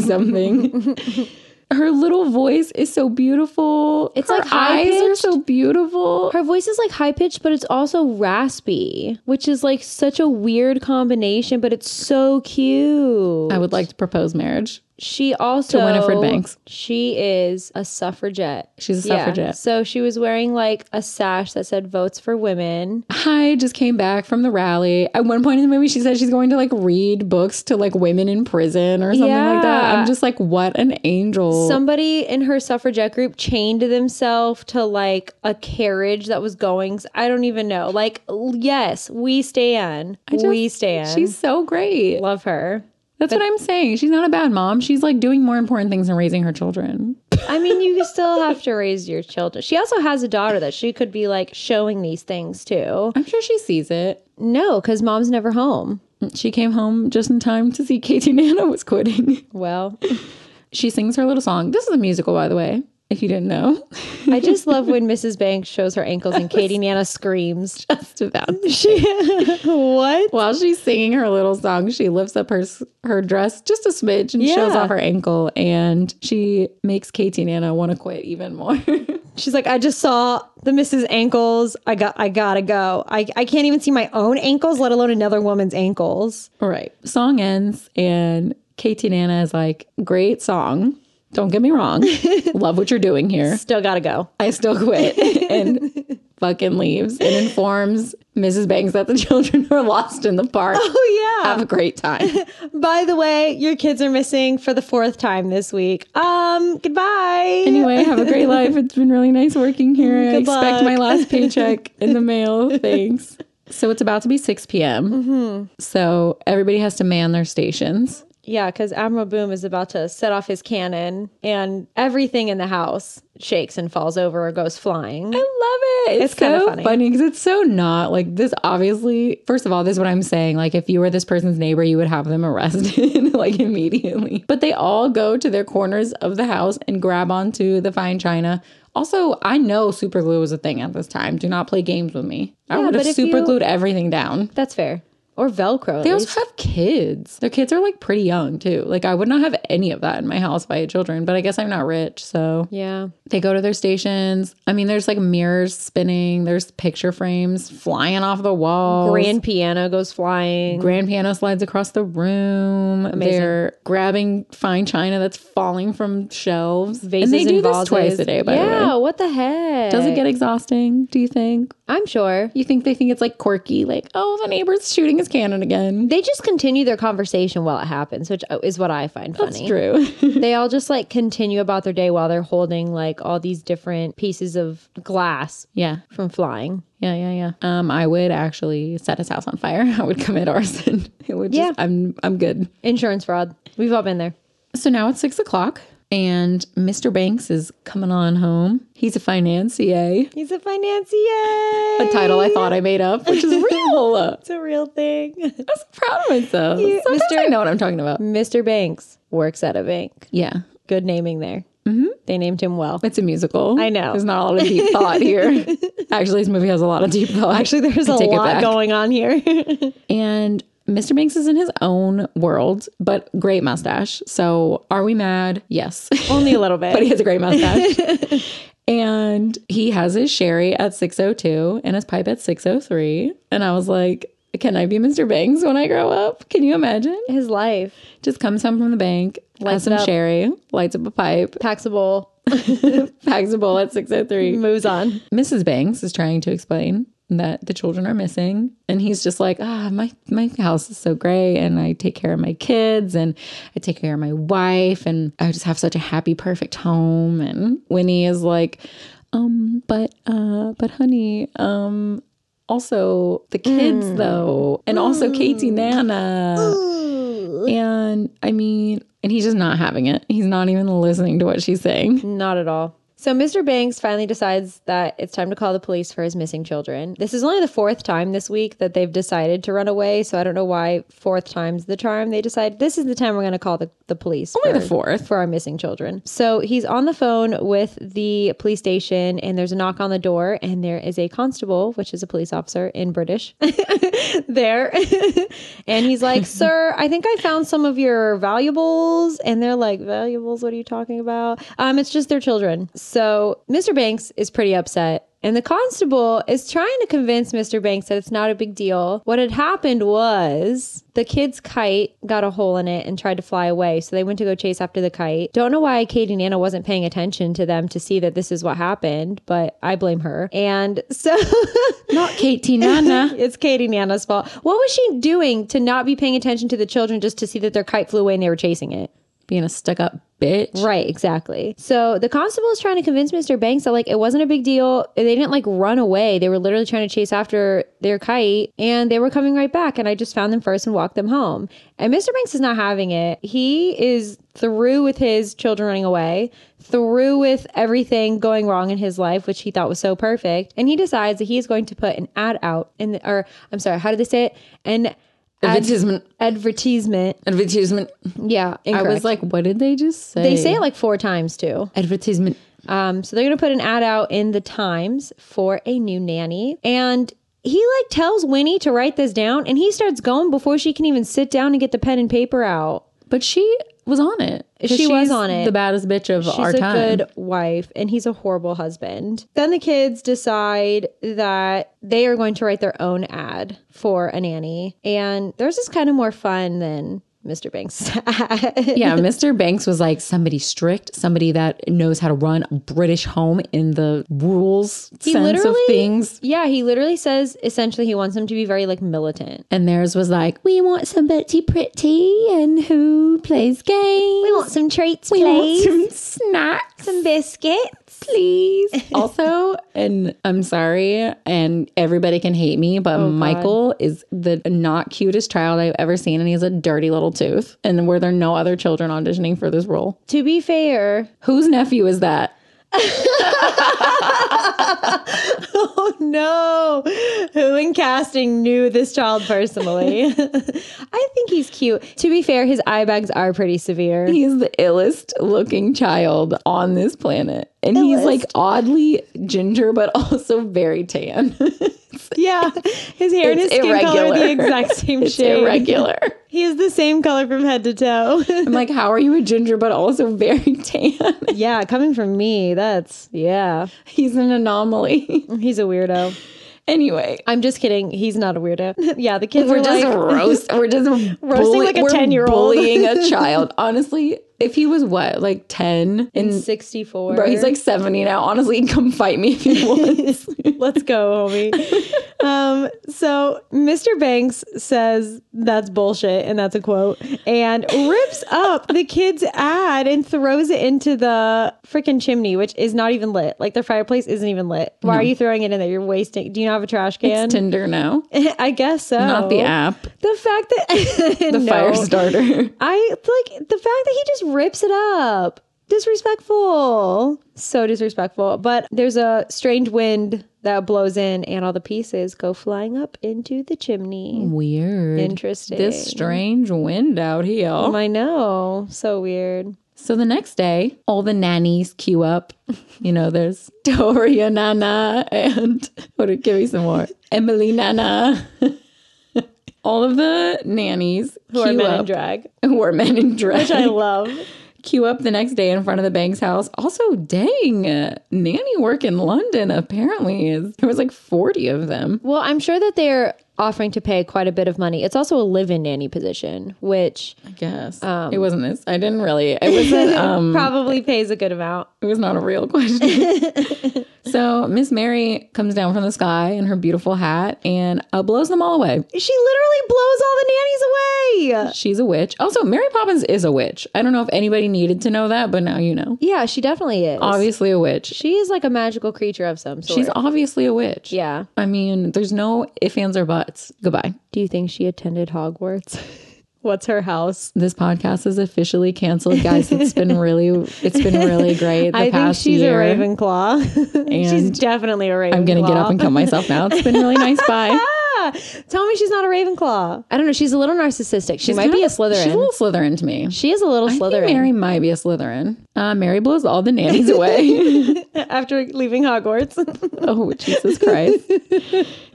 [SPEAKER 2] something. Her little voice is so beautiful.
[SPEAKER 1] It's,
[SPEAKER 2] Her
[SPEAKER 1] like,
[SPEAKER 2] eyes are so beautiful.
[SPEAKER 1] her voice is like high pitched, but it's also raspy, which is like such a weird combination, but it's so cute.
[SPEAKER 2] I would like to propose marriage.
[SPEAKER 1] She also
[SPEAKER 2] Winifred Banks.
[SPEAKER 1] She is a suffragette.
[SPEAKER 2] She's a
[SPEAKER 1] Yeah.
[SPEAKER 2] suffragette.
[SPEAKER 1] So she was wearing like a sash that said "Votes for Women."
[SPEAKER 2] hi just came back from the rally at one point in the movie she said she's going to like read books to like women in prison or something like that
[SPEAKER 1] Yeah.
[SPEAKER 2] i'm just like what an angel
[SPEAKER 1] Somebody in her suffragette group chained themselves to like a carriage that was going. I don't even know. Like, l- yes, we stand.
[SPEAKER 2] just-
[SPEAKER 1] we stand.
[SPEAKER 2] she's so great
[SPEAKER 1] love her.
[SPEAKER 2] that's what i'm saying she's not a bad mom she's like doing more important things than raising her children
[SPEAKER 1] I mean, you still have to raise your children. She also has a daughter that she could be like showing these things to.
[SPEAKER 2] i'm sure she sees it
[SPEAKER 1] No, because mom's never home.
[SPEAKER 2] she came home just in time to see katie nana was quitting
[SPEAKER 1] Well,
[SPEAKER 2] she sings her little song this is a musical by the way if you didn't know
[SPEAKER 1] I just love when Mrs. Banks shows her ankles and Katie Nana screams.
[SPEAKER 2] just about
[SPEAKER 1] She, what?
[SPEAKER 2] While she's singing her little song, she lifts up her her dress just a smidge and shows
[SPEAKER 1] Yeah.
[SPEAKER 2] off her ankle, and she makes Katie Nana want to quit even more.
[SPEAKER 1] She's like, I just saw the Mrs. Ankles. I got, I gotta go. I, I can't even see my own ankles, let alone another woman's ankles.
[SPEAKER 2] All right, song ends, and Katie Nana is like, "Great song." Don't get me wrong. Love what you're doing here.
[SPEAKER 1] Still gotta go.
[SPEAKER 2] I still quit and fucking leaves and informs Mrs. Banks that the children are lost in the park.
[SPEAKER 1] Oh yeah.
[SPEAKER 2] Have a great time.
[SPEAKER 1] By the way, your kids are missing for the fourth time this week. Um, goodbye.
[SPEAKER 2] Anyway, have a great life. It's been really nice working here. I
[SPEAKER 1] Mm, Good
[SPEAKER 2] expect
[SPEAKER 1] luck.
[SPEAKER 2] my last paycheck in the mail. Thanks. So it's about to be 6 p.m.
[SPEAKER 1] Mm-hmm.
[SPEAKER 2] So everybody has to man their stations.
[SPEAKER 1] Yeah, because Admiral Boom is about to set off his cannon, and everything in the house shakes and falls over or goes flying.
[SPEAKER 2] I love it. It's,
[SPEAKER 1] kinda
[SPEAKER 2] so
[SPEAKER 1] funny.
[SPEAKER 2] funny because it's so not like this. Obviously, first of all, this is what I'm saying. Like, if you were this person's neighbor, you would have them arrested like immediately. But they all go to their corners of the house and grab onto the fine china. Also, I know super glue was a thing at this time. Do not play games with me. I
[SPEAKER 1] Yeah,
[SPEAKER 2] would have
[SPEAKER 1] but if
[SPEAKER 2] super
[SPEAKER 1] you-
[SPEAKER 2] glued everything down.
[SPEAKER 1] That's fair. Or Velcro. at
[SPEAKER 2] They
[SPEAKER 1] least.
[SPEAKER 2] also have kids. Their kids are like pretty young too. Like I would not have any of that in my house if I had children, but I guess I'm not rich, so
[SPEAKER 1] yeah.
[SPEAKER 2] they go to their stations. I mean, there's like mirrors spinning, there's picture frames flying off the wall.
[SPEAKER 1] Grand piano goes flying.
[SPEAKER 2] Grand piano slides across the room. They're grabbing fine china that's falling from shelves.
[SPEAKER 1] Vases
[SPEAKER 2] and they do
[SPEAKER 1] vases.
[SPEAKER 2] this twice a day, by
[SPEAKER 1] yeah,
[SPEAKER 2] the way.
[SPEAKER 1] what the heck?
[SPEAKER 2] Does it get exhausting, do you think?
[SPEAKER 1] I'm sure.
[SPEAKER 2] You think they think it's like quirky, like, oh, the neighbor's shooting his cannon again.
[SPEAKER 1] They just continue their conversation while it happens, which uh, is what I find funny.
[SPEAKER 2] That's true.
[SPEAKER 1] They all just like continue about their day while they're holding like all these different pieces of glass
[SPEAKER 2] yeah.
[SPEAKER 1] from flying.
[SPEAKER 2] Yeah, yeah, yeah. Um, I would actually set his house on fire. I would commit arson. It would
[SPEAKER 1] Yeah.
[SPEAKER 2] just, I'm I'm good.
[SPEAKER 1] Insurance fraud. We've all been there.
[SPEAKER 2] So now it's six o'clock and Mr. Banks is coming on home. He's a financier.
[SPEAKER 1] He's a financier.
[SPEAKER 2] A title I thought I made up, which is real. I'm
[SPEAKER 1] It's a real thing.
[SPEAKER 2] so proud of myself. Sometimes I know what I'm talking about.
[SPEAKER 1] Mr. Banks works at a bank.
[SPEAKER 2] Yeah.
[SPEAKER 1] Good naming there. Mm-hmm. They named him well.
[SPEAKER 2] It's a musical.
[SPEAKER 1] I know.
[SPEAKER 2] There's not a lot of deep thought here. Actually, this movie has a lot of deep thought.
[SPEAKER 1] Actually, there's
[SPEAKER 2] I
[SPEAKER 1] a
[SPEAKER 2] take it
[SPEAKER 1] lot
[SPEAKER 2] back.
[SPEAKER 1] going on here.
[SPEAKER 2] And Mr. Banks is in his own world, but great mustache. So are we mad? Yes.
[SPEAKER 1] Only a little bit.
[SPEAKER 2] but he has a great mustache. and he has his sherry at 602 and his pipe at 603. And I was like, can I be Mr. Banks when I grow up? Can you imagine?
[SPEAKER 1] His life.
[SPEAKER 2] Just comes home from the bank, lights
[SPEAKER 1] it
[SPEAKER 2] some
[SPEAKER 1] up.
[SPEAKER 2] sherry, lights up a pipe,
[SPEAKER 1] Taxable.
[SPEAKER 2] packs a bowl at 603.
[SPEAKER 1] Moves on.
[SPEAKER 2] Mrs. Banks is trying to explain that the children are missing and he's just like ah my my house is so great and i take care of my kids and i take care of my wife and i just have such a happy perfect home and winnie is like um but uh but honey um also the kids though and also katie nana and i mean and he's just not having it he's not even listening to what she's saying
[SPEAKER 1] Not at all. So Mr. Banks finally decides that it's time to call the police for his missing children. This is only the fourth time this week that they've decided to run away, so I don't know why fourth time's the charm. They decide this is the time we're going to call the, the police.
[SPEAKER 2] Only the
[SPEAKER 1] for-
[SPEAKER 2] fourth.
[SPEAKER 1] For our missing children. So he's on the phone with the police station, and there's a knock on the door, and there is a constable, which is a police officer in British, there. and he's like, Sir, I think I found some of your valuables. And they're like, Valuables? What are you talking about? Um, it's just their children. So Mr. Banks is pretty upset. And the constable is trying to convince Mr. Banks that it's not a big deal. What had happened was the kid's kite got a hole in it and tried to fly away. So they went to go chase after the kite. Don't know why Katie Nana wasn't paying attention to them to see that this is what happened, but I blame her. And so
[SPEAKER 2] not katie nana
[SPEAKER 1] it's Katie Nana's fault. What was she doing to not be paying attention to the children just to see that their kite flew away and they were chasing it?
[SPEAKER 2] being a stuck up bitch.
[SPEAKER 1] Right, exactly. So the constable is trying to convince Mr. Banks that like it wasn't a big deal. They didn't like run away. They were literally trying to chase after their kite and they were coming right back and I just found them first and walked them home. And Mr. Banks is not having it. He is through with his children running away, through with everything going wrong in his life which he thought was so perfect, and he decides that he is going to put an ad out in the, or I'm sorry, how did they say it? An ad-
[SPEAKER 2] Advertisement.
[SPEAKER 1] advertisement.
[SPEAKER 2] Advertisement.
[SPEAKER 1] Yeah,
[SPEAKER 2] I
[SPEAKER 1] incorrect.
[SPEAKER 2] was like, what did they just say?
[SPEAKER 1] they say it like four times too.
[SPEAKER 2] advertisement.
[SPEAKER 1] Um, so they're going to put an ad out in the Times for a new nanny. And he like tells Winnie to write this down and he starts going before she can even sit down and get the pen and paper out.
[SPEAKER 2] But she was on it. 'Cause
[SPEAKER 1] She was
[SPEAKER 2] she's
[SPEAKER 1] on it.
[SPEAKER 2] The baddest bitch of
[SPEAKER 1] She's
[SPEAKER 2] our
[SPEAKER 1] a
[SPEAKER 2] time.
[SPEAKER 1] good wife and he's a horrible husband. Then the kids decide that they are going to write their own ad for a nanny. And theirs is kind of more fun than Mr. Banks' ad.
[SPEAKER 2] yeah, Mr. Banks was like somebody strict, somebody that knows how to run a British home in the rules sense of
[SPEAKER 1] literally-
[SPEAKER 2] things.
[SPEAKER 1] Yeah, he literally says essentially he wants them to be very like militant.
[SPEAKER 2] And theirs was like, we want somebody pretty and who plays games.
[SPEAKER 1] We want some treats,
[SPEAKER 2] We want
[SPEAKER 1] please.
[SPEAKER 2] some snacks.
[SPEAKER 1] some biscuits.
[SPEAKER 2] please. also, and I'm sorry, and everybody can hate me, but Michael is the not cutest child I've ever seen, and he has a dirty little tooth. And were there no other children auditioning for this role?
[SPEAKER 1] To be fair,
[SPEAKER 2] Whose nephew is that?
[SPEAKER 1] oh no, who in casting knew this child personally? I think he's cute. To be fair, his eye bags are pretty severe.
[SPEAKER 2] He's the illest looking child on this planet. And he's like oddly ginger, but also very tan.
[SPEAKER 1] Yeah, his hair and his
[SPEAKER 2] It's
[SPEAKER 1] skin color are the
[SPEAKER 2] irregular.
[SPEAKER 1] exact same
[SPEAKER 2] it's
[SPEAKER 1] shade.
[SPEAKER 2] irregular.
[SPEAKER 1] He is the same color from head to toe.
[SPEAKER 2] I'm like, how are you a ginger, but also very tan?
[SPEAKER 1] yeah, coming from me, that's yeah.
[SPEAKER 2] he's an anomaly.
[SPEAKER 1] He's a weirdo.
[SPEAKER 2] anyway,
[SPEAKER 1] I'm just kidding. He's not a weirdo. yeah, the kids
[SPEAKER 2] We're
[SPEAKER 1] are
[SPEAKER 2] just
[SPEAKER 1] like,
[SPEAKER 2] roast. We're just roasting
[SPEAKER 1] like a 10-year-old.
[SPEAKER 2] bullying a child. Honestly, if he was what like ten and
[SPEAKER 1] 64.
[SPEAKER 2] bro, he's like seventy now. Honestly, he can come fight me if he wants.
[SPEAKER 1] Let's go, homie. um, so Mr. Banks says that's bullshit, and that's a quote, and rips up the kid's ad and throws it into the freaking chimney, which is not even lit. Like the fireplace isn't even lit. Why are you throwing it in there? You're wasting. Do you not have a trash can?
[SPEAKER 2] Tinder now,
[SPEAKER 1] I guess so.
[SPEAKER 2] not the app,
[SPEAKER 1] The fact that
[SPEAKER 2] the fire starter.
[SPEAKER 1] I like the fact that he just rips it up. Disrespectful. So disrespectful. But there's a strange wind that blows in, and all the pieces go flying up into the chimney.
[SPEAKER 2] Weird.
[SPEAKER 1] Interesting.
[SPEAKER 2] This strange wind out here.
[SPEAKER 1] I know. So weird.
[SPEAKER 2] So the next day, all the nannies queue up. You know, there's Doria Nana and what? Give me some more. Emily Nana. all of the nannies
[SPEAKER 1] Who are
[SPEAKER 2] queue
[SPEAKER 1] men in
[SPEAKER 2] up.
[SPEAKER 1] drag,
[SPEAKER 2] who are men in dress
[SPEAKER 1] which I love.
[SPEAKER 2] queue up the next day in front of the Banks house. Also, dang, uh, nanny work in London apparently is there was like 40 of them.
[SPEAKER 1] well, I'm sure that they're offering to pay quite a bit of money. It's also a live in nanny position, which
[SPEAKER 2] I guess it wasn't this. I didn't really. It wasn't. Um,
[SPEAKER 1] probably pays a good amount.
[SPEAKER 2] it was not a real question. so Miss Mary comes down from the sky in her beautiful hat and uh, blows them all away.
[SPEAKER 1] She literally blows all the nannies away.
[SPEAKER 2] She's a witch. Also, Mary Poppins is a witch. I don't know if anybody needed to know that, but now you know.
[SPEAKER 1] Yeah, she definitely is.
[SPEAKER 2] Obviously, a witch.
[SPEAKER 1] She is like a magical creature of some sort.
[SPEAKER 2] She's obviously a witch.
[SPEAKER 1] yeah.
[SPEAKER 2] I mean, there's no ifs, ands, or buts. Goodbye.
[SPEAKER 1] Do you think she attended Hogwarts? What's her house?
[SPEAKER 2] This podcast is officially canceled, guys. It's been really, it's been really great the
[SPEAKER 1] I think
[SPEAKER 2] past
[SPEAKER 1] she's
[SPEAKER 2] year.
[SPEAKER 1] a Ravenclaw. she's definitely a Ravenclaw.
[SPEAKER 2] I'm gonna get up and cut myself now. It's been really nice. Bye.
[SPEAKER 1] Ah, tell me she's not a Ravenclaw. I don't know. She's a little narcissistic. She might be a
[SPEAKER 2] She's kinda-
[SPEAKER 1] Slytherin.
[SPEAKER 2] She's a little Slytherin to me.
[SPEAKER 1] she is a little
[SPEAKER 2] I think
[SPEAKER 1] Slytherin
[SPEAKER 2] Mary might be a Slytherin. Uh, Mary blows all the nannies away.
[SPEAKER 1] after leaving Hogwarts.
[SPEAKER 2] oh, Jesus Christ.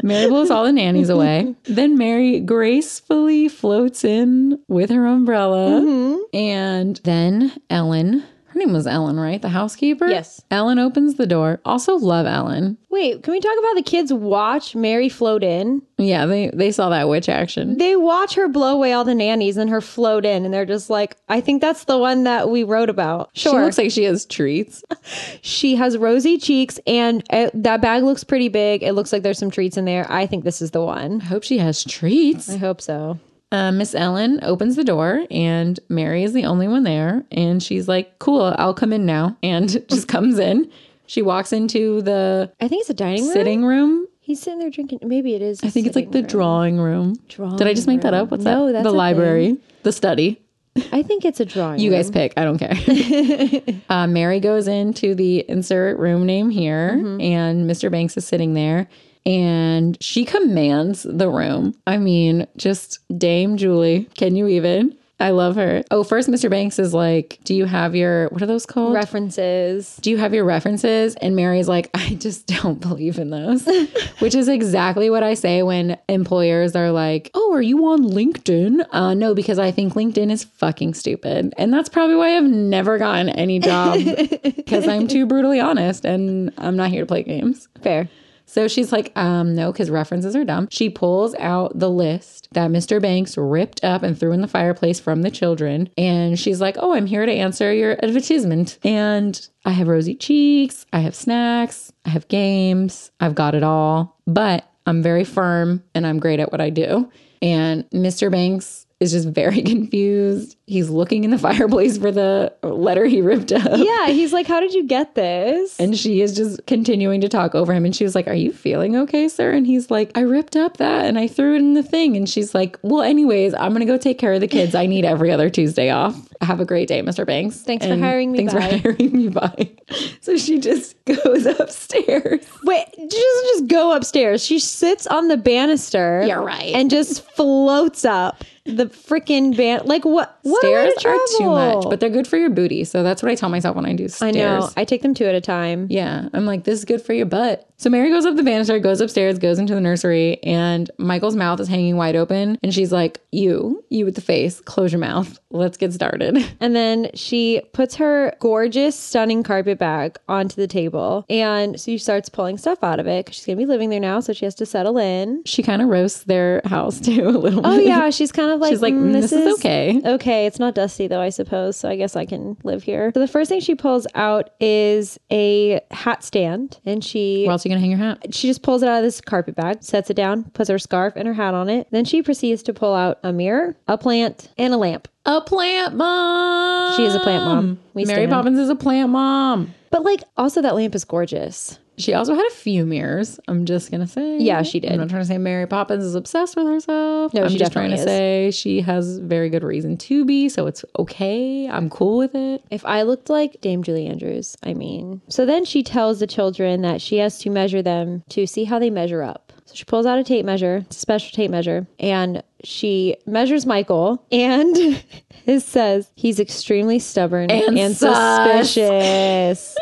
[SPEAKER 2] Mary blows all the nannies away. Then Mary gracefully floats in with her umbrella.
[SPEAKER 1] Mm-hmm.
[SPEAKER 2] And then Ellen, her name was Ellen, right? The housekeeper?
[SPEAKER 1] Yes.
[SPEAKER 2] Ellen opens the door. Also, love Ellen.
[SPEAKER 1] Wait, can we talk about the kids watch Mary float in?
[SPEAKER 2] Yeah, they, they saw that witch action.
[SPEAKER 1] They watch her blow away all the nannies and her float in, and they're just like, I think that's the one that we wrote about. Sure.
[SPEAKER 2] She looks like she has treats.
[SPEAKER 1] She has rosy cheeks, and uh that bag looks pretty big. It looks like there's some treats in there. I think this is the one.
[SPEAKER 2] I hope she has treats.
[SPEAKER 1] I hope so.
[SPEAKER 2] Uh, Miss Ellen opens the door, and Mary is the only one there. And she's like, Cool, I'll come in now. And just comes in. She walks into the
[SPEAKER 1] I think it's a dining room.
[SPEAKER 2] sitting room.
[SPEAKER 1] He's sitting there drinking. Maybe it is.
[SPEAKER 2] I think it's like the drawing room. Did I just make that up? What's
[SPEAKER 1] No,
[SPEAKER 2] that?
[SPEAKER 1] that's a
[SPEAKER 2] the
[SPEAKER 1] thing.
[SPEAKER 2] library, the study.
[SPEAKER 1] I think it's a drawing.
[SPEAKER 2] You guys pick. I don't care. uh, Mary goes into the insert room name here, and Mr. Banks is sitting there, and she commands the room. I mean, just Dame Julie. Can you even? I love her. Oh, first, Mr. Banks is like, Do you have your, what are those called?
[SPEAKER 1] references.
[SPEAKER 2] do you have your references? And Mary's like, I just don't believe in those, which is exactly what I say when employers are like, Oh, are you on LinkedIn? Uh, no, because I think LinkedIn is fucking stupid. And that's probably why I've never gotten any job because I'm too brutally honest and I'm not here to play games.
[SPEAKER 1] Fair.
[SPEAKER 2] So she's like, um, no, because references are dumb. She pulls out the list that Mr. Banks ripped up and threw in the fireplace from the children. And she's like, oh, I'm here to answer your advertisement. And I have rosy cheeks, I have snacks, I have games, I've got it all. But I'm very firm and I'm great at what I do. And Mr. Banks is just very confused. He's looking in the fireplace for the letter he ripped up.
[SPEAKER 1] Yeah, he's like, how did you get this?
[SPEAKER 2] And she is just continuing to talk over him. And she was like, Are you feeling okay, sir? And he's like, I ripped up that and I threw it in the thing. And she's like, Well, anyways, I'm going to go take care of the kids. I need every other Tuesday off. Have a great day, Mr. Banks.
[SPEAKER 1] Thanks for
[SPEAKER 2] And
[SPEAKER 1] hiring me,
[SPEAKER 2] Thanks
[SPEAKER 1] bye."
[SPEAKER 2] for hiring me. Bye. So she just goes upstairs.
[SPEAKER 1] Wait, she doesn't just go upstairs. She sits on the banister.
[SPEAKER 2] You're right.
[SPEAKER 1] And just floats up the freaking ban. Like what? what a way
[SPEAKER 2] Stairs
[SPEAKER 1] to
[SPEAKER 2] are too much,
[SPEAKER 1] travel.
[SPEAKER 2] but they're good for your booty. So that's what I tell myself when I do
[SPEAKER 1] I
[SPEAKER 2] stairs.
[SPEAKER 1] know. I take them two at a time.
[SPEAKER 2] Yeah, I'm like, this is good for your butt. So Mary goes up the banister, goes upstairs, goes into the nursery, and Michael's mouth is hanging wide open. And she's like, You, you with the face, close your mouth. Let's get started.
[SPEAKER 1] And then she puts her gorgeous, stunning carpet bag onto the table. And she starts pulling stuff out of it because she's going to be living there now. So she has to settle in.
[SPEAKER 2] She kind of roasts their house too a little
[SPEAKER 1] Oh,
[SPEAKER 2] bit.
[SPEAKER 1] yeah. She's kind of like,
[SPEAKER 2] She's like,
[SPEAKER 1] "Mm,
[SPEAKER 2] This is okay.
[SPEAKER 1] Okay, it's not dusty though, I suppose. So I guess I can live here. So the first thing she pulls out is a hat stand, and she
[SPEAKER 2] Where else are you going to hang your hat?
[SPEAKER 1] she just pulls it out of this carpet bag, sets it down, puts her scarf and her hat on it. Then she proceeds to pull out a mirror, a plant, and a lamp.
[SPEAKER 2] A plant mom.
[SPEAKER 1] She is a plant mom. We
[SPEAKER 2] Mary
[SPEAKER 1] stand.
[SPEAKER 2] Poppins is a plant mom.
[SPEAKER 1] But like, also that lamp is gorgeous.
[SPEAKER 2] She also had a few mirrors. I'm just going to say.
[SPEAKER 1] Yeah, she did.
[SPEAKER 2] I'm not trying to say Mary Poppins is obsessed with herself.
[SPEAKER 1] No,
[SPEAKER 2] I'm
[SPEAKER 1] she
[SPEAKER 2] just trying to
[SPEAKER 1] definitely
[SPEAKER 2] say she has very good reason to be, so it's okay. I'm cool with it.
[SPEAKER 1] If I looked like Dame Julie Andrews, I mean. So then she tells the children that she has to measure them to see how they measure up. So she pulls out a tape measure, it's a special tape measure, and she measures Michael and it says he's extremely stubborn
[SPEAKER 2] And
[SPEAKER 1] and,
[SPEAKER 2] sus.
[SPEAKER 1] suspicious.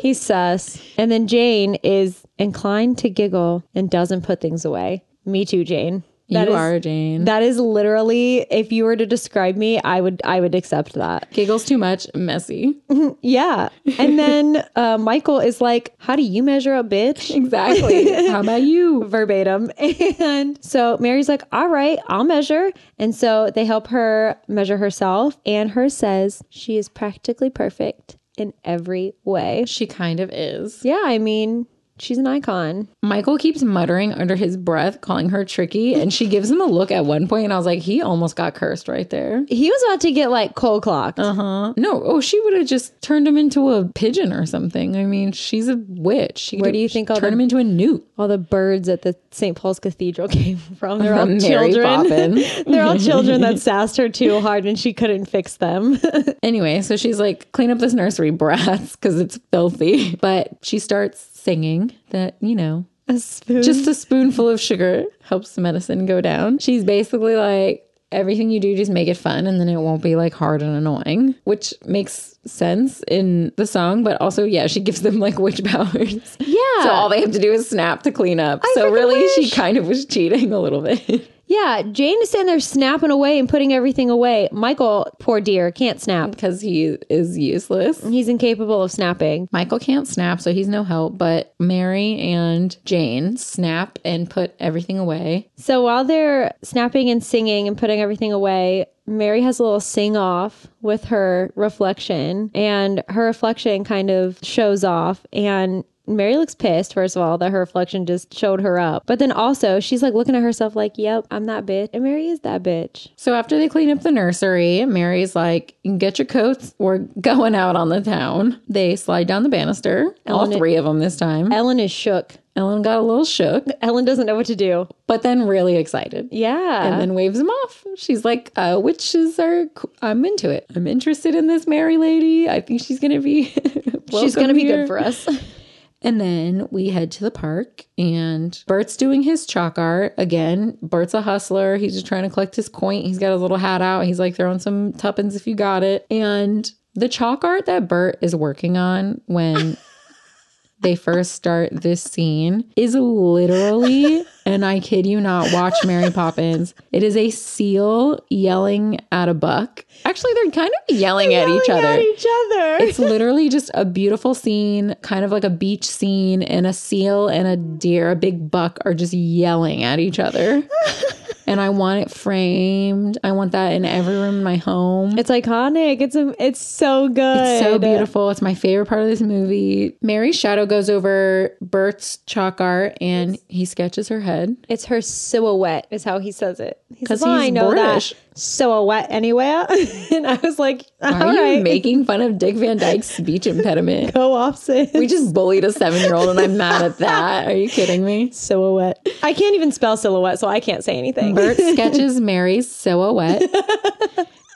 [SPEAKER 1] he's sus. And then Jane is inclined to giggle and doesn't put things away. Me too, Jane. That
[SPEAKER 2] you
[SPEAKER 1] is-
[SPEAKER 2] are Jane.
[SPEAKER 1] That is literally if you were to describe me, I would I would accept that.
[SPEAKER 2] Giggles too much, messy.
[SPEAKER 1] Yeah. And then uh, Michael is like, "How do you measure up, bitch?"
[SPEAKER 2] Exactly. How about you?
[SPEAKER 1] Verbatim. And so Mary's like, "All right, I'll measure." And so they help her measure herself, and her says she is practically perfect in every way.
[SPEAKER 2] She kind of is.
[SPEAKER 1] Yeah, I mean, she's an icon.
[SPEAKER 2] Michael keeps muttering under his breath, calling her tricky, and she gives him a look at one point, and I was like, he almost got cursed right there.
[SPEAKER 1] He was about to get like cold clocked.
[SPEAKER 2] Uh-huh. No, oh, she would have just turned him into a pigeon or something. I mean, she's a witch. She
[SPEAKER 1] Where
[SPEAKER 2] could
[SPEAKER 1] do you think all
[SPEAKER 2] turn
[SPEAKER 1] the-
[SPEAKER 2] him into a newt?
[SPEAKER 1] all the birds at the St. Paul's Cathedral came from. They're all
[SPEAKER 2] Mary
[SPEAKER 1] children.
[SPEAKER 2] Poppins.
[SPEAKER 1] They're all children that sassed her too hard and she couldn't fix them.
[SPEAKER 2] Anyway, so she's like, clean up this nursery, brats, because it's filthy. But she starts singing that, you know,
[SPEAKER 1] A spoon.
[SPEAKER 2] just a spoonful of sugar helps the medicine go down. She's basically like, everything you do, just make it fun and then it won't be like hard and annoying, which makes sense in the song. But also, yeah, she gives them like witch powers.
[SPEAKER 1] yeah.
[SPEAKER 2] So all they have to do is snap to clean up. so
[SPEAKER 1] freaking
[SPEAKER 2] really, she
[SPEAKER 1] wish.
[SPEAKER 2] kind of was cheating a little bit.
[SPEAKER 1] yeah. Jane is standing there snapping away and putting everything away. Michael, poor dear, can't snap.
[SPEAKER 2] Because he is useless.
[SPEAKER 1] He's incapable of snapping.
[SPEAKER 2] Michael can't snap, so he's no help, but Mary and Jane snap and put everything away.
[SPEAKER 1] So while they're snapping and singing and putting everything away, Mary has a little sing off with her reflection, and her reflection kind of shows off. And Mary looks pissed, first of all, that her reflection just showed her up. But then also, she's like looking at herself, like, yep, I'm that bitch. And Mary is that bitch.
[SPEAKER 2] So after they clean up the nursery, Mary's like, "Get your coats. We're going out on the town." They slide down the banister, all three of them this time.
[SPEAKER 1] Ellen is shook.
[SPEAKER 2] Ellen got a little shook,
[SPEAKER 1] Ellen doesn't know what to do.
[SPEAKER 2] but then really excited.
[SPEAKER 1] Yeah.
[SPEAKER 2] And then waves them off. She's like, uh, witches are, co- I'm into it. I'm interested in this Mary lady. I think she's going to be,
[SPEAKER 1] she's
[SPEAKER 2] welcome
[SPEAKER 1] going to be good
[SPEAKER 2] here."
[SPEAKER 1] for us.
[SPEAKER 2] And then we head to the park, and Bert's doing his chalk art again. Bert's a hustler. He's just trying to collect his coin. He's got his little hat out. He's like throwing some tuppence if you got it. And the chalk art that Bert is working on when they first start this scene is literally, and I kid you not, watch Mary Poppins. It is a seal yelling at a buck. Actually, they're kind of yelling, at each
[SPEAKER 1] Yelling
[SPEAKER 2] other.
[SPEAKER 1] At each other.
[SPEAKER 2] It's literally just a beautiful scene, kind of like a beach scene, and a seal and a deer, a big buck, are just yelling at each other. and I want it framed. I want that in every room in my home.
[SPEAKER 1] It's iconic. It's a, it's so good.
[SPEAKER 2] It's so beautiful. It's my favorite part of this movie. Mary's shadow goes over Bert's chalk art and he sketches her head.
[SPEAKER 1] It's her silhouette, is how he says it. He
[SPEAKER 2] 'Cause
[SPEAKER 1] says, "Well,
[SPEAKER 2] he's
[SPEAKER 1] I know
[SPEAKER 2] British."
[SPEAKER 1] that silhouette anywhere. and I was like, all
[SPEAKER 2] Are
[SPEAKER 1] right,
[SPEAKER 2] you making fun of Dick Van Dyke's speech impediment?
[SPEAKER 1] go off, sis.
[SPEAKER 2] We just bullied a seven year old and I'm mad at that. Are you kidding me?
[SPEAKER 1] silhouette. I can't even spell silhouette, so I can't say anything.
[SPEAKER 2] Bert sketches Mary's silhouette.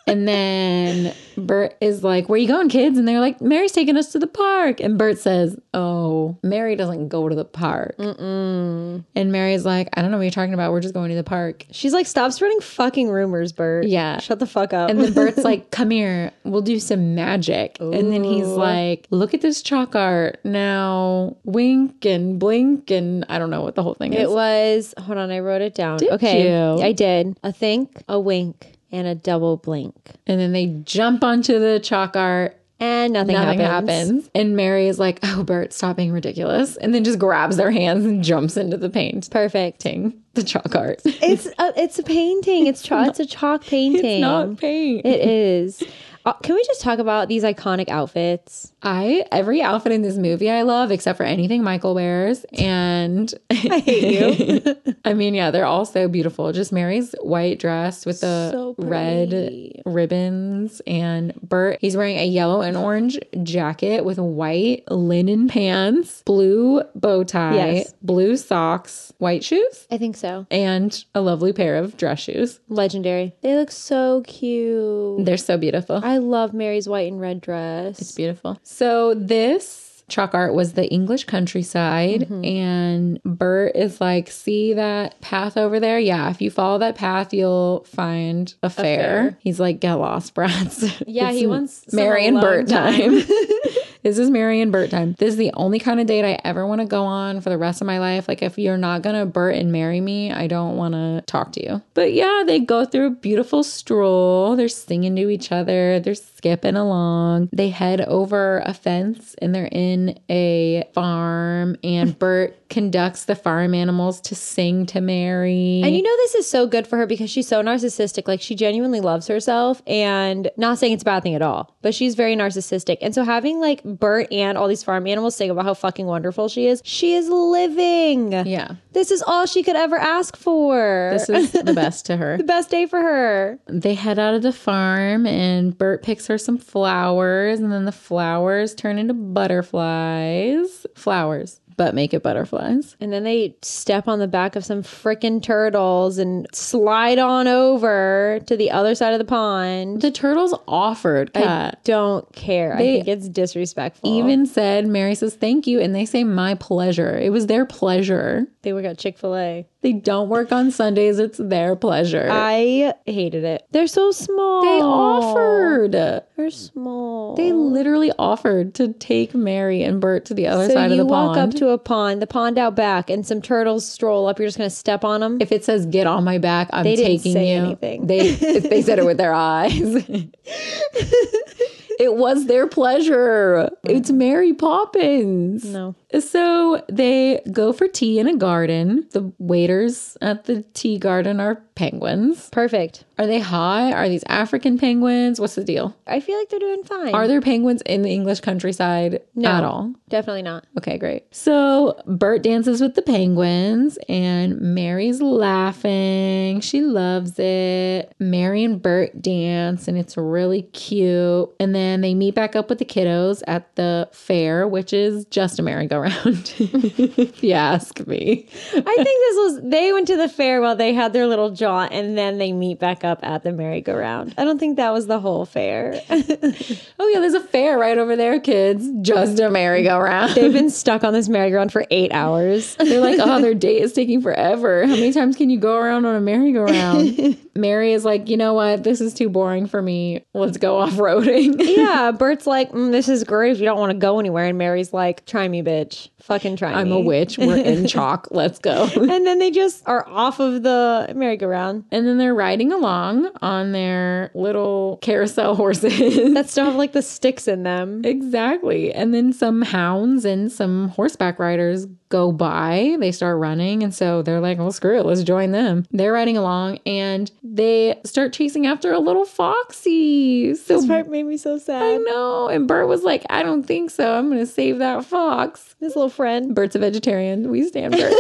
[SPEAKER 2] And then Bert is like, Where you going, kids? And they're like, Mary's taking us to the park. And Bert says, Oh, Mary doesn't go to the park. And Mary's like, I don't know what you're talking about. We're just going to the park.
[SPEAKER 1] She's like, stop spreading fucking rumors, Bert.
[SPEAKER 2] Yeah.
[SPEAKER 1] Shut the fuck up.
[SPEAKER 2] And then Bert's like, Come here. We'll do some magic. And then he's like, Look at this chalk art. Now wink and blink. And I don't know what the whole thing is.
[SPEAKER 1] it was, hold on, I wrote it down. okay.
[SPEAKER 2] you?
[SPEAKER 1] I did. A think, a wink, and a double blink.
[SPEAKER 2] And then they jump onto the chalk art
[SPEAKER 1] And nothing,
[SPEAKER 2] Nothing
[SPEAKER 1] happens.
[SPEAKER 2] happens. And Mary is like, oh, Bert, stop being ridiculous. And then just grabs their hands and jumps into the painting,
[SPEAKER 1] Perfect.
[SPEAKER 2] the chalk art.
[SPEAKER 1] It's a, it's a painting. It's, cho- it's a chalk painting.
[SPEAKER 2] Not paint.
[SPEAKER 1] It is. Uh, can we just talk about these iconic outfits?
[SPEAKER 2] I, every outfit in this movie I love, except for anything Michael wears. And
[SPEAKER 1] I hate you.
[SPEAKER 2] I mean, yeah, they're all so beautiful. Just Mary's white dress with the
[SPEAKER 1] So pretty.
[SPEAKER 2] red ribbons, and Bert, he's wearing a yellow and orange jacket with white linen pants, blue bow tie,
[SPEAKER 1] Yes.
[SPEAKER 2] blue socks, white shoes,
[SPEAKER 1] I think so.
[SPEAKER 2] and a lovely pair of dress shoes.
[SPEAKER 1] Legendary. They look so cute.
[SPEAKER 2] They're so beautiful.
[SPEAKER 1] I love Mary's white and red dress.
[SPEAKER 2] It's beautiful. So this chalk art was the English countryside,
[SPEAKER 1] Mm-hmm.
[SPEAKER 2] and Bert is like, "See that path over there? Yeah, if you follow that path, you'll find a fair."
[SPEAKER 1] fair.
[SPEAKER 2] He's like, "Get lost, brats."
[SPEAKER 1] Yeah,
[SPEAKER 2] It's
[SPEAKER 1] he wants some
[SPEAKER 2] Mary and
[SPEAKER 1] alone
[SPEAKER 2] Bert time. This is Mary and Bert time. This is the only kind of date I ever want to go on for the rest of my life. Like, if you're not going to Bert and marry me, I don't want to talk to you. But yeah, they go through a beautiful stroll. They're singing to each other, they're skipping along. They head over a fence and they're in a farm, and Bert conducts the farm animals to sing to Mary.
[SPEAKER 1] And you know, this is so good for her because she's so narcissistic. Like, she genuinely loves herself and not saying it's a bad thing at all, but she's very narcissistic. And so, having like Bert and all these farm animals sing about how fucking wonderful she is, she is living.
[SPEAKER 2] yeah,
[SPEAKER 1] This is all she could ever ask for.
[SPEAKER 2] this is the best to her.
[SPEAKER 1] the best day for her.
[SPEAKER 2] they head out of the farm and Bert picks her some flowers and then the flowers turn into butterflies. Flowers, but make it butterflies.
[SPEAKER 1] And then they step on the back of some frickin' turtles and slide on over to the other side of the pond.
[SPEAKER 2] The turtles offered
[SPEAKER 1] I
[SPEAKER 2] Kat.
[SPEAKER 1] don't care. I
[SPEAKER 2] They-
[SPEAKER 1] think it's disrespectful.
[SPEAKER 2] even said Mary says thank you and they say my pleasure. It was their pleasure.
[SPEAKER 1] they work at Chick fil A.
[SPEAKER 2] They don't work on Sundays, it's their pleasure.
[SPEAKER 1] I hated it. They're so small.
[SPEAKER 2] they offered.
[SPEAKER 1] They're small.
[SPEAKER 2] They literally offered to take Mary and Bert to the other
[SPEAKER 1] so
[SPEAKER 2] side
[SPEAKER 1] you
[SPEAKER 2] of the
[SPEAKER 1] walk
[SPEAKER 2] pond.
[SPEAKER 1] up to a pond, the pond out back, and some turtles stroll up. You're just gonna step on them.
[SPEAKER 2] if it says get on my back, I'm
[SPEAKER 1] They didn't
[SPEAKER 2] taking
[SPEAKER 1] say
[SPEAKER 2] you.
[SPEAKER 1] anything.
[SPEAKER 2] They they said it with their eyes. it was their pleasure. It's Mary Poppins.
[SPEAKER 1] Mm. no.
[SPEAKER 2] So they go for tea in a garden. The waiters at the tea garden are penguins.
[SPEAKER 1] Perfect.
[SPEAKER 2] Are they high? Are these African penguins? What's the deal?
[SPEAKER 1] I feel like they're doing fine.
[SPEAKER 2] Are there penguins in the English countryside
[SPEAKER 1] No.
[SPEAKER 2] at all?
[SPEAKER 1] Definitely not.
[SPEAKER 2] Okay, great. So Bert dances with the penguins and Mary's laughing. She loves it. Mary and Bert dance and it's really cute. And then they meet back up with the kiddos at the fair, which is just a merry-go-round, if you ask me.
[SPEAKER 1] I think this was they went to the fair while they had their little jaunt, and then they meet back up at the merry-go-round. I don't think that was the whole fair.
[SPEAKER 2] Oh, yeah, there's a fair right over there, kids. Just a merry-go-round.
[SPEAKER 1] They've been stuck on this merry-go-round for eight hours.
[SPEAKER 2] They're like, oh, their date is taking forever. How many times can you go around on a merry-go-round? Mary is like, you know what? This is too boring for me. Let's go off-roading.
[SPEAKER 1] yeah, Bert's like, mm, "This is great if you don't want to go anywhere," and Mary's like, "Try me, bitch. Fucking try
[SPEAKER 2] I'm
[SPEAKER 1] me."
[SPEAKER 2] a witch. We're in chalk. Let's go.
[SPEAKER 1] And then they just are off of the merry-go-round.
[SPEAKER 2] And then they're riding along on their little carousel horses.
[SPEAKER 1] That still have like the sticks in them.
[SPEAKER 2] exactly. And then some hounds and some horseback riders go by. They start running. And so they're like, well, screw it. Let's join them. They're riding along and they start chasing after a little foxy. So
[SPEAKER 1] This part made me so
[SPEAKER 2] I
[SPEAKER 1] sad.
[SPEAKER 2] know. And Bert was like, I don't think so. I'm going to save that fox.
[SPEAKER 1] This little friend.
[SPEAKER 2] Bert's a vegetarian. We stand Bert.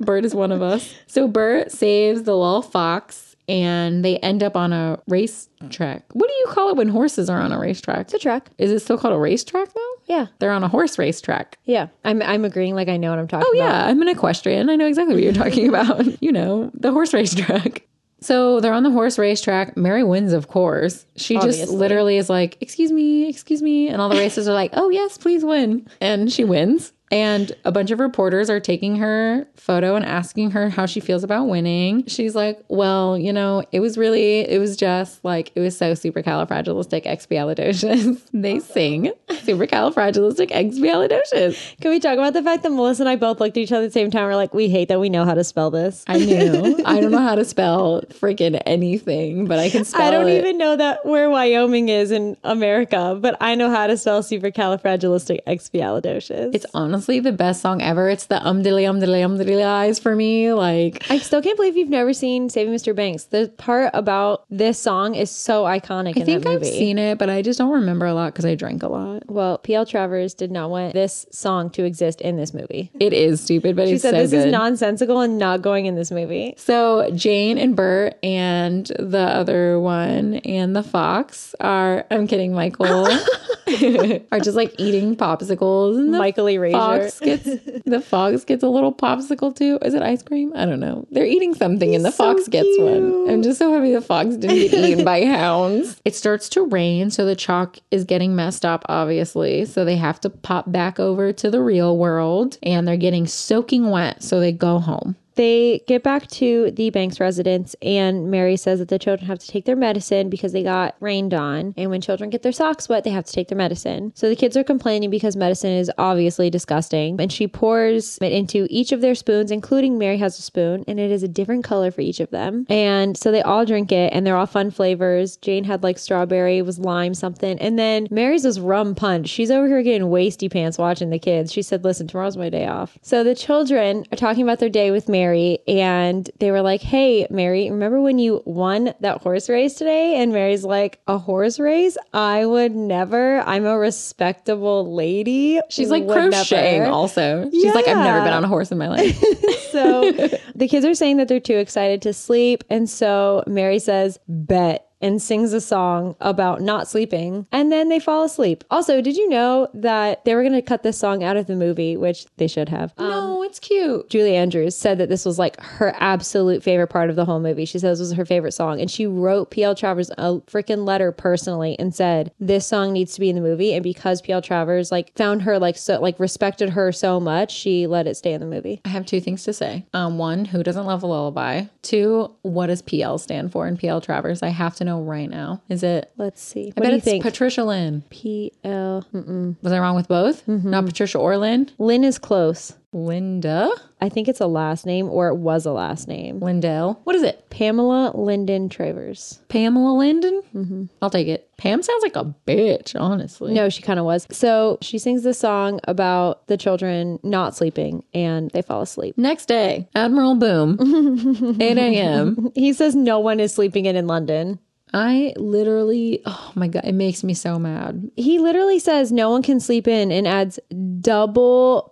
[SPEAKER 2] Bert is one of us. So Bert saves the little fox and they end up on a racetrack. What do you call it when horses are on a racetrack?
[SPEAKER 1] The truck.
[SPEAKER 2] Is it still called a racetrack though?
[SPEAKER 1] Yeah.
[SPEAKER 2] They're on a horse racetrack.
[SPEAKER 1] Yeah. I'm I'm agreeing like I know what I'm talking
[SPEAKER 2] Oh,
[SPEAKER 1] about.
[SPEAKER 2] yeah. I'm an equestrian. I know exactly what you're talking about. you know, the horse racetrack. So they're on the horse racetrack. Mary wins, of course. She just
[SPEAKER 1] Obviously.
[SPEAKER 2] literally is like, Excuse me, excuse me. And all the racers are like, Oh, yes, please win. And she wins. And a bunch of reporters are taking her photo and asking her how she feels about winning. She's like, Well, you know, it was really, it was just like, it was so supercalifragilisticexpialidocious. they sing supercalifragilisticexpialidocious.
[SPEAKER 1] Can we talk about the fact that Melissa and I both looked at each other at the same time? We're like, we hate that we know how to spell this.
[SPEAKER 2] I knew. I don't know how to spell freaking anything, but I can spell
[SPEAKER 1] I don't
[SPEAKER 2] it.
[SPEAKER 1] even know that where Wyoming is in America, but I know how to spell supercalifragilisticexpialidocious.
[SPEAKER 2] It's honestly the best song ever. It's the um dilly um dilly um dilly eyes for me. Like
[SPEAKER 1] I still can't believe you've never seen Saving Mr. Banks. The part about this song is so iconic
[SPEAKER 2] I
[SPEAKER 1] in
[SPEAKER 2] think
[SPEAKER 1] that
[SPEAKER 2] I've
[SPEAKER 1] movie.
[SPEAKER 2] seen it, but I just don't remember a lot because I drank a lot.
[SPEAKER 1] well, P.L. Travers did not want this song to exist in this movie.
[SPEAKER 2] It is stupid, but
[SPEAKER 1] She
[SPEAKER 2] it's
[SPEAKER 1] said
[SPEAKER 2] so
[SPEAKER 1] this
[SPEAKER 2] good.
[SPEAKER 1] is nonsensical and not going in this movie.
[SPEAKER 2] so Jane and Bert and the other one and the fox are I'm kidding, Michael are just like eating popsicles and the
[SPEAKER 1] Michael E. Razor.
[SPEAKER 2] fox gets the fox gets a little popsicle too. Is it ice cream? I don't know. They're eating something and the fox gets one. I'm just so happy the fox didn't get eaten by hounds. It starts to rain, so the chalk is getting messed up, obviously. So they have to pop back over to the real world and they're getting soaking wet, so they go home.
[SPEAKER 1] They get back to the Banks residence, and Mary says that the children have to take their medicine because they got rained on. And when children get their socks wet, they have to take their medicine. So the kids are complaining because medicine is obviously disgusting. And she pours it into each of their spoons, including Mary has a spoon, and it is a different color for each of them. And so they all drink it, and they're all fun flavors. Jane had like strawberry, was lime something. And then Mary's was rum punch. She's over here getting wasty pants watching the kids. She said, Listen, tomorrow's my day off. So the children are talking about their day with Mary, and they were like, Hey, Mary, remember when you won that horse race today? And Mary's like, A horse race? I would never. I'm a respectable lady.
[SPEAKER 2] She's like
[SPEAKER 1] Would
[SPEAKER 2] crocheting
[SPEAKER 1] never."
[SPEAKER 2] also. She's like, I've never been
[SPEAKER 1] Yeah.
[SPEAKER 2] on a horse in my life.
[SPEAKER 1] so the kids are saying that they're too excited to sleep. And so Mary says, bet. And sings a song about not sleeping, and then they fall asleep. Also, did you know that they were gonna cut this song out of the movie, which they should have? Um,
[SPEAKER 2] no, it's cute.
[SPEAKER 1] Julie Andrews said that this was like her absolute favorite part of the whole movie. She says this was her favorite song. And she wrote P.L. Travers a freaking letter personally and said, This song needs to be in the movie. And because P.L. Travers like found her like so like respected her so much, she let it stay in the movie.
[SPEAKER 2] I have two things to say. Um, one, who doesn't love a lullaby? Two, what does PL stand for in PL Travers? I have to know right now. Is it?
[SPEAKER 1] Let's see.
[SPEAKER 2] I
[SPEAKER 1] what
[SPEAKER 2] bet
[SPEAKER 1] do you
[SPEAKER 2] it's
[SPEAKER 1] think?
[SPEAKER 2] Patricia Lynn.
[SPEAKER 1] P L. mm-mm.
[SPEAKER 2] Was I wrong with both?
[SPEAKER 1] Mm-hmm.
[SPEAKER 2] Not Patricia or Lynn?
[SPEAKER 1] Lynn is close.
[SPEAKER 2] Linda?
[SPEAKER 1] I think it's a last name, or it was a last name.
[SPEAKER 2] Lindell? What is it?
[SPEAKER 1] Pamela Lyndon Travers.
[SPEAKER 2] Pamela Linden? Mm-hmm. I'll take it. Pam sounds like a bitch, honestly.
[SPEAKER 1] No, she kind of was. So she sings this song about the children not sleeping and they fall asleep.
[SPEAKER 2] Next day, Admiral Boom, 8 a.m.
[SPEAKER 1] He says no one is sleeping in in London.
[SPEAKER 2] I literally, oh my God, it makes me so mad.
[SPEAKER 1] He literally says no one can sleep in and adds double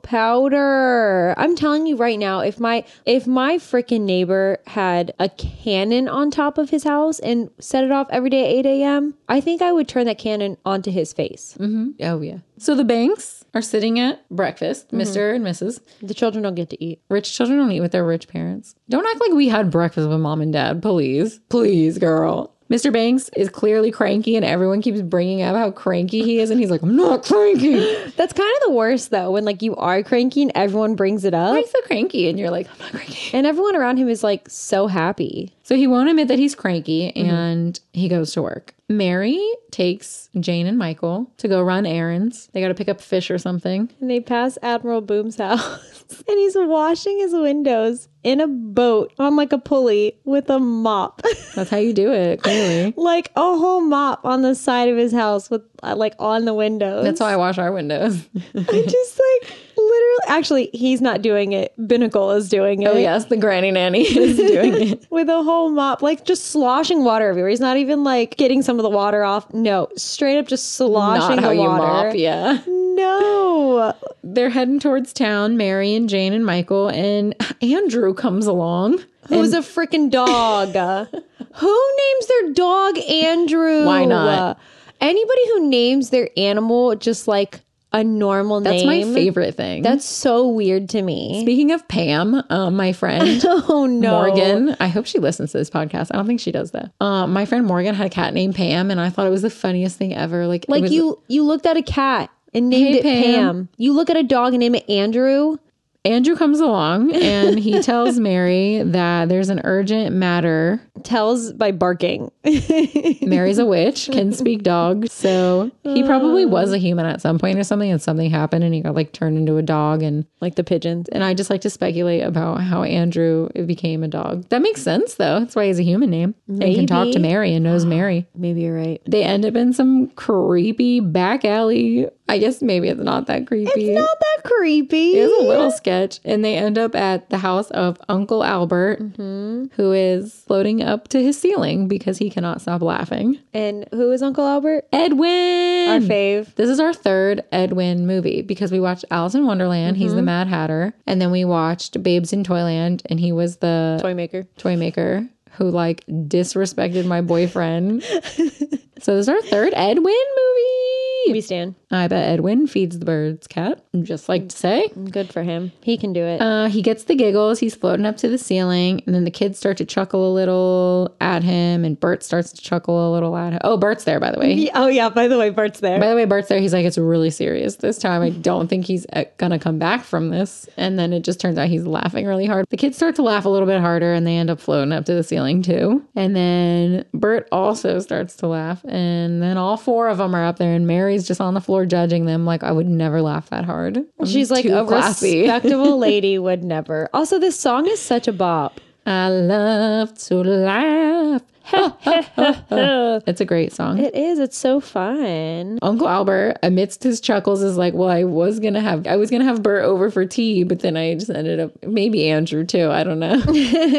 [SPEAKER 1] powder. I'm telling you right now, if my if my freaking neighbor had a cannon on top of his house and set it off every day at 8 a.m., I think I would turn that cannon onto his face.
[SPEAKER 2] Oh, yeah. So the Banks are sitting at breakfast,
[SPEAKER 1] Mm-hmm.
[SPEAKER 2] Mr. and Mrs.
[SPEAKER 1] The children don't get to eat.
[SPEAKER 2] Rich children don't eat with their rich parents. Don't act like we had breakfast with mom and dad, please. Please, girl. Mr. Banks is clearly cranky, and everyone keeps bringing up how cranky he is, and he's like, I'm not cranky. Why
[SPEAKER 1] That's kind of the worst though, when like you are cranky and everyone brings it up.
[SPEAKER 2] are you so cranky? And you're like, I'm not cranky.
[SPEAKER 1] And everyone around him is like so happy.
[SPEAKER 2] So he won't admit that he's cranky and he goes to work. Mary takes Jane and Michael to go run errands. They got to pick up fish or something.
[SPEAKER 1] And they pass Admiral Boom's house and he's washing his windows in a boat on like a pulley with a mop.
[SPEAKER 2] That's how you do it, clearly.
[SPEAKER 1] like a whole mop on the side of his house with uh, like on the windows.
[SPEAKER 2] That's how I wash our windows.
[SPEAKER 1] I just like literally actually he's not doing it. Binnacle is doing it.
[SPEAKER 2] Oh, yes, the granny nanny is doing it.
[SPEAKER 1] With a whole mop, like just sloshing water everywhere. He's not even like getting some of the water off. No, straight up just sloshing
[SPEAKER 2] Not how
[SPEAKER 1] the
[SPEAKER 2] you
[SPEAKER 1] water.
[SPEAKER 2] mop, yeah.
[SPEAKER 1] No.
[SPEAKER 2] They're heading towards town, Mary and Jane and Michael, and Andrew comes along.
[SPEAKER 1] Who's a freaking dog? who names their dog Andrew?
[SPEAKER 2] Why not?
[SPEAKER 1] Anybody who names their animal just like a normal
[SPEAKER 2] That's
[SPEAKER 1] name.
[SPEAKER 2] my favorite thing.
[SPEAKER 1] That's so weird to me.
[SPEAKER 2] Speaking of Pam, uh, my friend,
[SPEAKER 1] Oh no.
[SPEAKER 2] Morgan. I hope she listens to this podcast. I don't think she does though. Uh, my friend Morgan had a cat named Pam, and I thought it was the funniest thing ever. Like, it
[SPEAKER 1] Like
[SPEAKER 2] was
[SPEAKER 1] you you looked at a cat and named
[SPEAKER 2] Hey,
[SPEAKER 1] it Pam.
[SPEAKER 2] Pam.
[SPEAKER 1] You look at a dog and name it Andrew.
[SPEAKER 2] Andrew comes along and he tells Mary that there's an urgent matter.
[SPEAKER 1] Tells by barking.
[SPEAKER 2] Mary's a witch, can speak dog, so he
[SPEAKER 1] Uh.
[SPEAKER 2] probably was a human at some point or something, and something happened, and he got like turned into a dog. And
[SPEAKER 1] like the pigeons.
[SPEAKER 2] and I just like to speculate about how Andrew became a dog. That makes sense though. That's why he's a human name and can talk to
[SPEAKER 1] Maybe.
[SPEAKER 2] Mary and knows Mary.
[SPEAKER 1] Maybe you're right.
[SPEAKER 2] they end up in some creepy back alley. I guess maybe it's not that creepy.
[SPEAKER 1] Not that creepy.
[SPEAKER 2] It's a little sketch. And they end up at the house of Uncle Albert,
[SPEAKER 1] Mm-hmm.
[SPEAKER 2] who is floating up to his ceiling because he cannot stop laughing.
[SPEAKER 1] And who is Uncle Albert?
[SPEAKER 2] Edwin!
[SPEAKER 1] Our fave.
[SPEAKER 2] this is our third Edwin movie because we watched Alice in Wonderland. He's the Mad Hatter. And then we watched Babes in Toyland, and he was the
[SPEAKER 1] Toy maker.
[SPEAKER 2] toy maker who like disrespected my boyfriend. so this is our third Edwin movie.
[SPEAKER 1] We stand.
[SPEAKER 2] Iba Edwin feeds the birds cat, just like to say.
[SPEAKER 1] Good for him. He can do it.
[SPEAKER 2] Uh, he gets the giggles. He's floating up to the ceiling, and then the kids start to chuckle a little at him, and Bert starts to chuckle a little at him. Oh, Bert's there, by the way.
[SPEAKER 1] oh yeah. By the way, Bert's there.
[SPEAKER 2] By the way, Bert's there. He's like, it's really serious this time. I don't think he's uh, gonna come back from this. And then it just turns out he's laughing really hard. The kids start to laugh a little bit harder, and they end up floating up to the ceiling too. And then Bert also starts to laugh, and then all four of them are up there, and Mary's just on the floor judging them. Like, I would never laugh that hard. I'm
[SPEAKER 1] She's like
[SPEAKER 2] too
[SPEAKER 1] a respectable lady would never. Also, this song is such a bop.
[SPEAKER 2] I love to laugh. it's a great song.
[SPEAKER 1] It is. It's so fun.
[SPEAKER 2] Uncle Albert, amidst his chuckles, is like, "Well, I was gonna have I was gonna have Bert over for tea, but then I just ended up maybe Andrew too. I don't know.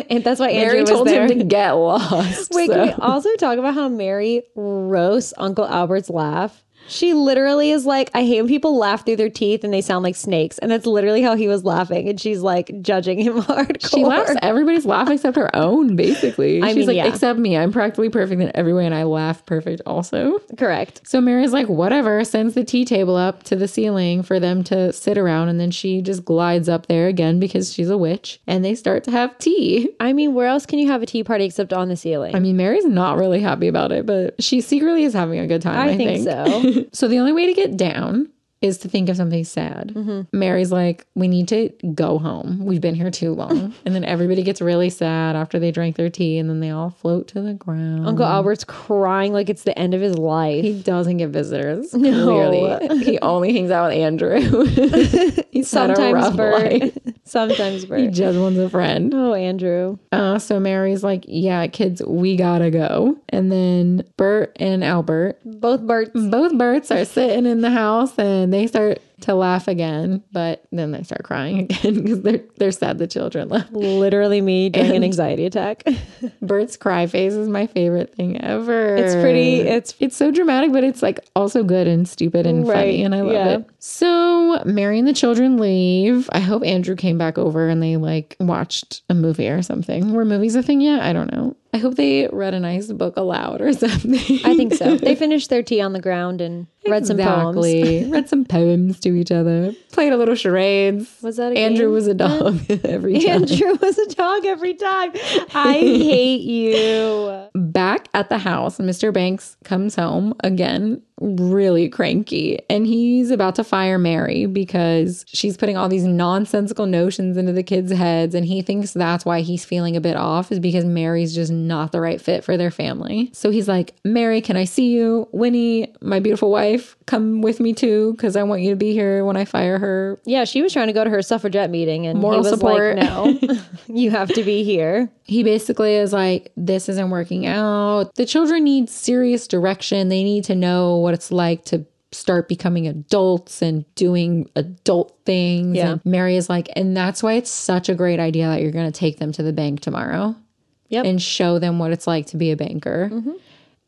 [SPEAKER 1] And that's why Andrew
[SPEAKER 2] Mary
[SPEAKER 1] was
[SPEAKER 2] told
[SPEAKER 1] there.
[SPEAKER 2] him to get lost.
[SPEAKER 1] Wait,
[SPEAKER 2] so-
[SPEAKER 1] can we also talk about how Mary roasts Uncle Albert's laugh? She literally is like, I hate when people laugh through their teeth and they sound like snakes. And that's literally how he was laughing. And she's like judging him hardcore.
[SPEAKER 2] she laughs. Everybody's laughing except her own. Basically, she's
[SPEAKER 1] mean,
[SPEAKER 2] like,
[SPEAKER 1] yeah.
[SPEAKER 2] "Except me, I'm practically perfect in every way, and I laugh perfect also."
[SPEAKER 1] Correct.
[SPEAKER 2] So Mary's like, whatever, sends the tea table up to the ceiling for them to sit around. And then she just glides up there again because she's a witch. And they start to have tea.
[SPEAKER 1] I mean, where else can you have a tea party except on the ceiling?
[SPEAKER 2] I mean, Mary's not really happy about it, but she secretly is having a good time. I,
[SPEAKER 1] I think so.
[SPEAKER 2] so the only way to get down is to think of something sad.
[SPEAKER 1] Mm-hmm.
[SPEAKER 2] Mary's like, we need to go home. We've been here too long. and then everybody gets really sad after they drink their tea and then they all float to the ground.
[SPEAKER 1] Uncle Albert's crying like it's the end of his life.
[SPEAKER 2] He doesn't get visitors. Clearly, he only hangs out with Andrew. He's sometimes
[SPEAKER 1] Sometimes
[SPEAKER 2] had a rough
[SPEAKER 1] Bert.
[SPEAKER 2] life.
[SPEAKER 1] Sometimes
[SPEAKER 2] He
[SPEAKER 1] Bert.
[SPEAKER 2] just wants a friend.
[SPEAKER 1] Oh, Andrew.
[SPEAKER 2] Uh, so Mary's like, "Yeah, kids, we gotta go." And then Bert and Albert,
[SPEAKER 1] Both Berts.
[SPEAKER 2] both Berts, are sitting in the house, and they start to laugh again, but then they start crying again because they're they're sad the children left.
[SPEAKER 1] Literally me during an anxiety attack.
[SPEAKER 2] Bert's cry face is my favorite thing ever.
[SPEAKER 1] It's pretty- it's-
[SPEAKER 2] it's so dramatic, but it's like also good and stupid and funny,
[SPEAKER 1] Right,
[SPEAKER 2] and I love
[SPEAKER 1] yeah.
[SPEAKER 2] it. So Mary and the children leave. I hope Andrew came back over and they like watched a movie or something. Were movies a thing yet? I don't know. I hope they read a nice book aloud or something.
[SPEAKER 1] I think so. They finished their tea on the ground and read some poems.
[SPEAKER 2] Exactly. read some poems to each other. Played a little charades.
[SPEAKER 1] Was that a
[SPEAKER 2] Andrew
[SPEAKER 1] game?
[SPEAKER 2] was a dog every time.
[SPEAKER 1] Andrew was a dog every time. I hate you.
[SPEAKER 2] back at the house, Mr. Banks comes home again, really cranky, and he's about to fire Mary because she's putting all these nonsensical notions into the kids' heads, and he thinks that's why he's feeling a bit off is because Mary's just not the right fit for their family. So he's like, "Mary, can I see you? Winnie, my beautiful wife, come with me too because I want you to be here when I fire her."
[SPEAKER 1] Yeah, she was trying to go to her suffragette meeting and
[SPEAKER 2] Moral
[SPEAKER 1] he was
[SPEAKER 2] support.
[SPEAKER 1] like, no, you have to be here.
[SPEAKER 2] he basically is like, this isn't working out. The children need serious direction. They need to know what it's like to start becoming adults and doing adult things.
[SPEAKER 1] Yeah.
[SPEAKER 2] And Mary is like, and that's why it's such a great idea that you're going to take them to the bank tomorrow
[SPEAKER 1] Yep.
[SPEAKER 2] and show them what it's like to be a banker.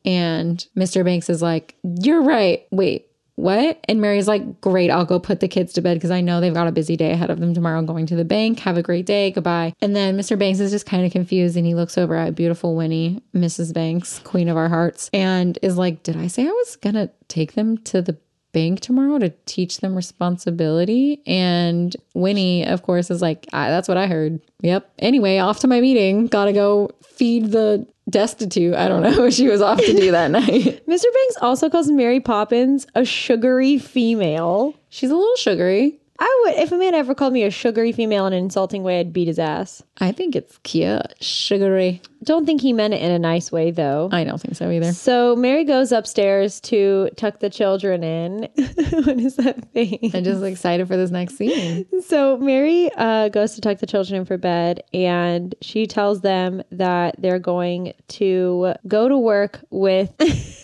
[SPEAKER 2] And Mr. Banks is like, You're right. Wait, what? And Mary's like, Great, I'll go put the kids to bed because I know they've got a busy day ahead of them tomorrow going to the bank. Have a great day. Goodbye. And then Mr. Banks is just kind of confused and he looks over at beautiful Winnie, Mrs. Banks, queen of our hearts, and is like, Did I say I was going to take them to the bank tomorrow to teach them responsibility and winnie of course is like I, that's what i heard yep anyway off to my meeting gotta go feed the destitute i don't know what she was off to do that night
[SPEAKER 1] Mr. Banks also calls Mary Poppins a sugary female.
[SPEAKER 2] she's a little sugary
[SPEAKER 1] I would, if a man ever called me a sugary female in an insulting way, I'd beat his ass.
[SPEAKER 2] i think it's cute sugary
[SPEAKER 1] Don't think he meant it in a nice way, though.
[SPEAKER 2] i don't think so either
[SPEAKER 1] So Mary goes upstairs to tuck the children in. what is that thing?
[SPEAKER 2] i'm just excited for this next scene
[SPEAKER 1] So Mary uh, goes to tuck the children in for bed, and she tells them that they're going to go to work with.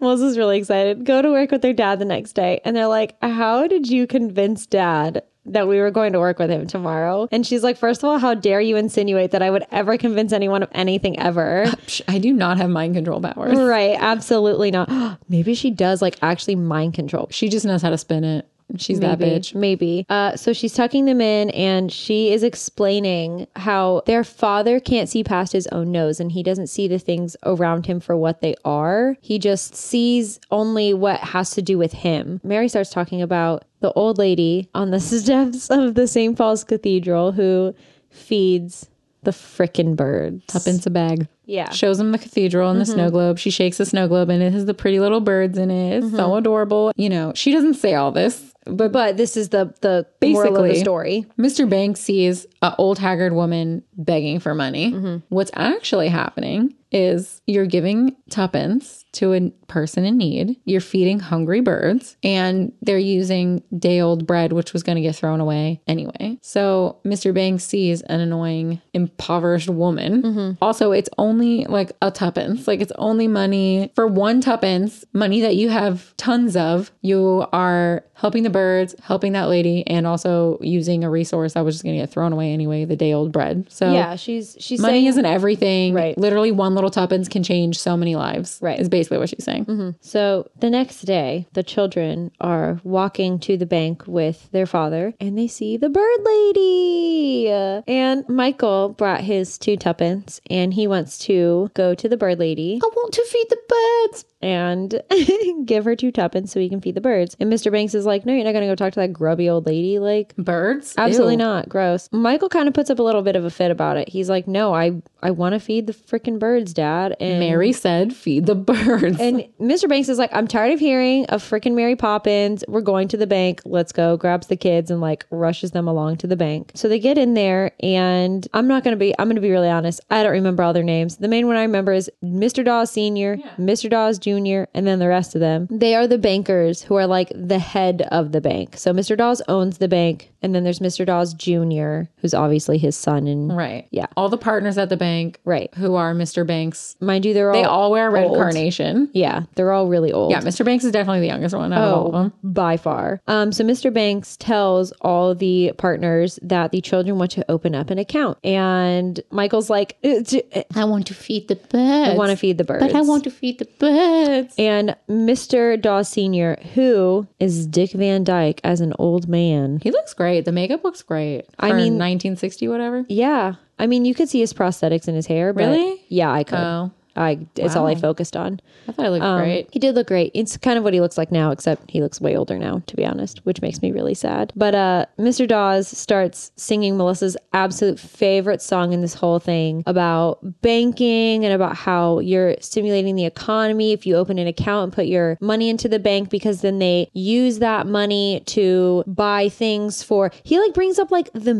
[SPEAKER 1] Melissa's really excited. Go to work with their dad the next day, and they're like, "How did you convince dad?" That we were going to work with him tomorrow. And she's like, First of all, how dare you insinuate that I would ever convince anyone of anything ever?
[SPEAKER 2] Psh, i do not have mind control powers
[SPEAKER 1] right. Absolutely not. Maybe she does like actually mind control.
[SPEAKER 2] she just knows how to spin it She's that
[SPEAKER 1] Maybe,
[SPEAKER 2] bitch.
[SPEAKER 1] Maybe. Uh, so she's tucking them in and she is explaining how their father can't see past his own nose and he doesn't see the things around him for what they are. He just sees only what has to do with him. Mary starts talking about the old lady on the steps of the St. Paul's Cathedral who feeds the frickin' birds.
[SPEAKER 2] Tuppence a bag.
[SPEAKER 1] Yeah.
[SPEAKER 2] Shows them the cathedral and the snow globe. She shakes the snow globe and it has the pretty little birds in it. It's so adorable. You know, she doesn't say all this, but
[SPEAKER 1] But this is the the moral of the
[SPEAKER 2] Basically.
[SPEAKER 1] story.
[SPEAKER 2] Mr. Banks sees an old haggard woman begging for money. What's actually happening is you're giving tuppence to a person in need, you're feeding hungry birds, and they're using day old bread, which was going to get thrown away anyway. So Mr. Banks sees an annoying, impoverished woman. Also, it's only like a tuppence, like it's only money for one tuppence, money that you have tons of. You are helping the birds, helping that lady, and also using a resource that was just going to get thrown away anyway the day old bread. So,
[SPEAKER 1] Yeah, she's she's
[SPEAKER 2] money
[SPEAKER 1] saying
[SPEAKER 2] isn't everything.
[SPEAKER 1] Right.
[SPEAKER 2] Literally, one little tuppence can change so many lives.
[SPEAKER 1] Right. Mm-hmm.
[SPEAKER 2] Is basically what she's saying.
[SPEAKER 1] So the next day, the children are walking to the bank with their father and they see the bird lady. And Michael brought his two tuppence and he wants to go to the bird lady
[SPEAKER 2] I want to feed the birds.
[SPEAKER 1] and give her two tuppence so he can feed the birds. And Mr. Banks is like, No, you're not going to go talk to that grubby old lady. Like,
[SPEAKER 2] Birds?
[SPEAKER 1] Absolutely
[SPEAKER 2] Ew.
[SPEAKER 1] not. Gross. Michael kind of puts up a little bit of a fit about it. He's like, "No, I I want to feed the freaking birds, Dad." And
[SPEAKER 2] Mary said, feed the birds.
[SPEAKER 1] And Mr. Banks is like, I'm tired of hearing of freaking Mary Poppins. We're going to the bank. Let's go. Grabs the kids and like rushes them along to the bank. So they get in there, and I'm not going to be, I'm going to be really honest. I don't remember all their names. The main one I remember is Mr. Dawes Sr., Mr. Dawes Jr., and then the rest of them. They are the bankers who are like the head of the bank. So Mr. Dawes owns the bank, and then there's Mr. Dawes Jr., who's obviously his son. And
[SPEAKER 2] right.
[SPEAKER 1] Yeah.
[SPEAKER 2] All the partners at the bank
[SPEAKER 1] right.
[SPEAKER 2] who are Mr. Banks.
[SPEAKER 1] Mind you, they're all,
[SPEAKER 2] They all wear red
[SPEAKER 1] Oh, old.
[SPEAKER 2] carnation.
[SPEAKER 1] yeah, they're all really old.
[SPEAKER 2] Yeah, Mr. Banks is definitely the youngest one out of all of them.
[SPEAKER 1] Oh, by far. Um, so Mr. Banks tells all the partners that the children want to open up an account, and Michael's like, "Eh, j- eh,
[SPEAKER 2] I want to feed the birds.
[SPEAKER 1] "I want to feed the birds."
[SPEAKER 2] to feed the birds.
[SPEAKER 1] And Mr. Dawes Senior, who is Dick Van Dyke as an old man,
[SPEAKER 2] He looks great. The makeup looks great. I
[SPEAKER 1] mean-
[SPEAKER 2] mean, 1960, whatever.
[SPEAKER 1] yeah. I mean, you could see his prosthetics in his hair. But
[SPEAKER 2] Really?
[SPEAKER 1] Yeah, I could.
[SPEAKER 2] Oh,
[SPEAKER 1] I it's all I focused on.
[SPEAKER 2] I thought it looked
[SPEAKER 1] Um,
[SPEAKER 2] great.
[SPEAKER 1] He did look great. It's kind of what he looks like now, except he looks way older now, to be honest, which makes me really sad. But uh, Mr. Dawes starts singing Melissa's absolute favorite song in this whole thing about banking and about how you're stimulating the economy if you open an account and put your money into the bank because then they use that money to buy things for. He like brings up like the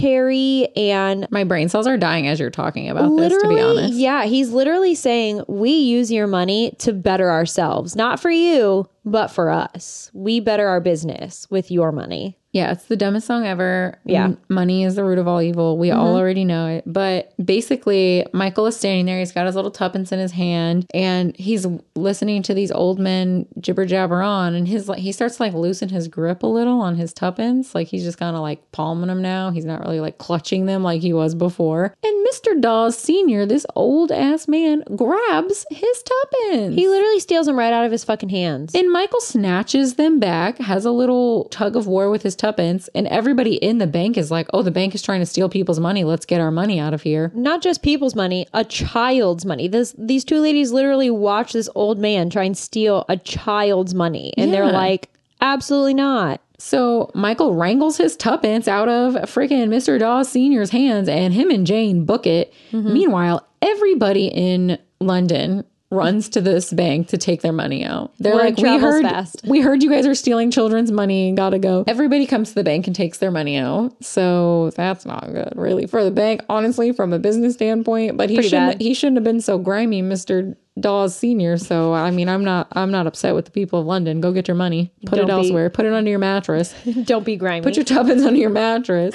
[SPEAKER 1] military and
[SPEAKER 2] My brain cells are dying as you're talking about this, to
[SPEAKER 1] literally
[SPEAKER 2] be honest.
[SPEAKER 1] yeah he's literally saying we use your money to better ourselves not for you but for us we better our business with your money
[SPEAKER 2] Yeah, it's the dumbest song ever.
[SPEAKER 1] Yeah. Mm-hmm.
[SPEAKER 2] M- money is the root of all evil. We all already know it. But basically, Michael is standing there. He's got his little tuppence in his hand, and he's listening to these old men jibber jabber on. And his like, he starts to, like loosen his grip a little on his tuppence. Like he's just kind of like palming them now. He's not really like clutching them like he was before. And Mister Dawes Senior, this old ass man, grabs his tuppence.
[SPEAKER 1] he literally steals them right out of his fucking hands
[SPEAKER 2] And Michael snatches them back, has a little tug of war with his tuppence, and everybody in the bank is like, oh, the bank is trying to steal people's money. Let's get our money out of here.
[SPEAKER 1] not just people's money a child's money this these two ladies literally watch this old man try and steal a child's money and they're
[SPEAKER 2] Yeah.
[SPEAKER 1] like absolutely not
[SPEAKER 2] So Michael wrangles his tuppence out of freaking Mr. Dawes Sr.'s hands, and him and Jane book it. Meanwhile, everybody in London runs to this bank to take their money out. They're
[SPEAKER 1] Word
[SPEAKER 2] like, we
[SPEAKER 1] travels
[SPEAKER 2] heard,
[SPEAKER 1] fast."
[SPEAKER 2] we heard you guys are stealing children's money and gotta go. Everybody comes to the bank and takes their money out. So that's not good, really, for the bank, honestly, from a business standpoint. But he
[SPEAKER 1] Pretty
[SPEAKER 2] shouldn't
[SPEAKER 1] bad.
[SPEAKER 2] he shouldn't have been so grimy, Mr. Dawes Senior. So I mean, I'm not I'm not upset with the people of London. Go get your money. Put
[SPEAKER 1] Don't
[SPEAKER 2] it
[SPEAKER 1] be-
[SPEAKER 2] elsewhere. Put it under your mattress.
[SPEAKER 1] don't be grimy
[SPEAKER 2] Put your tuppence under your mattress.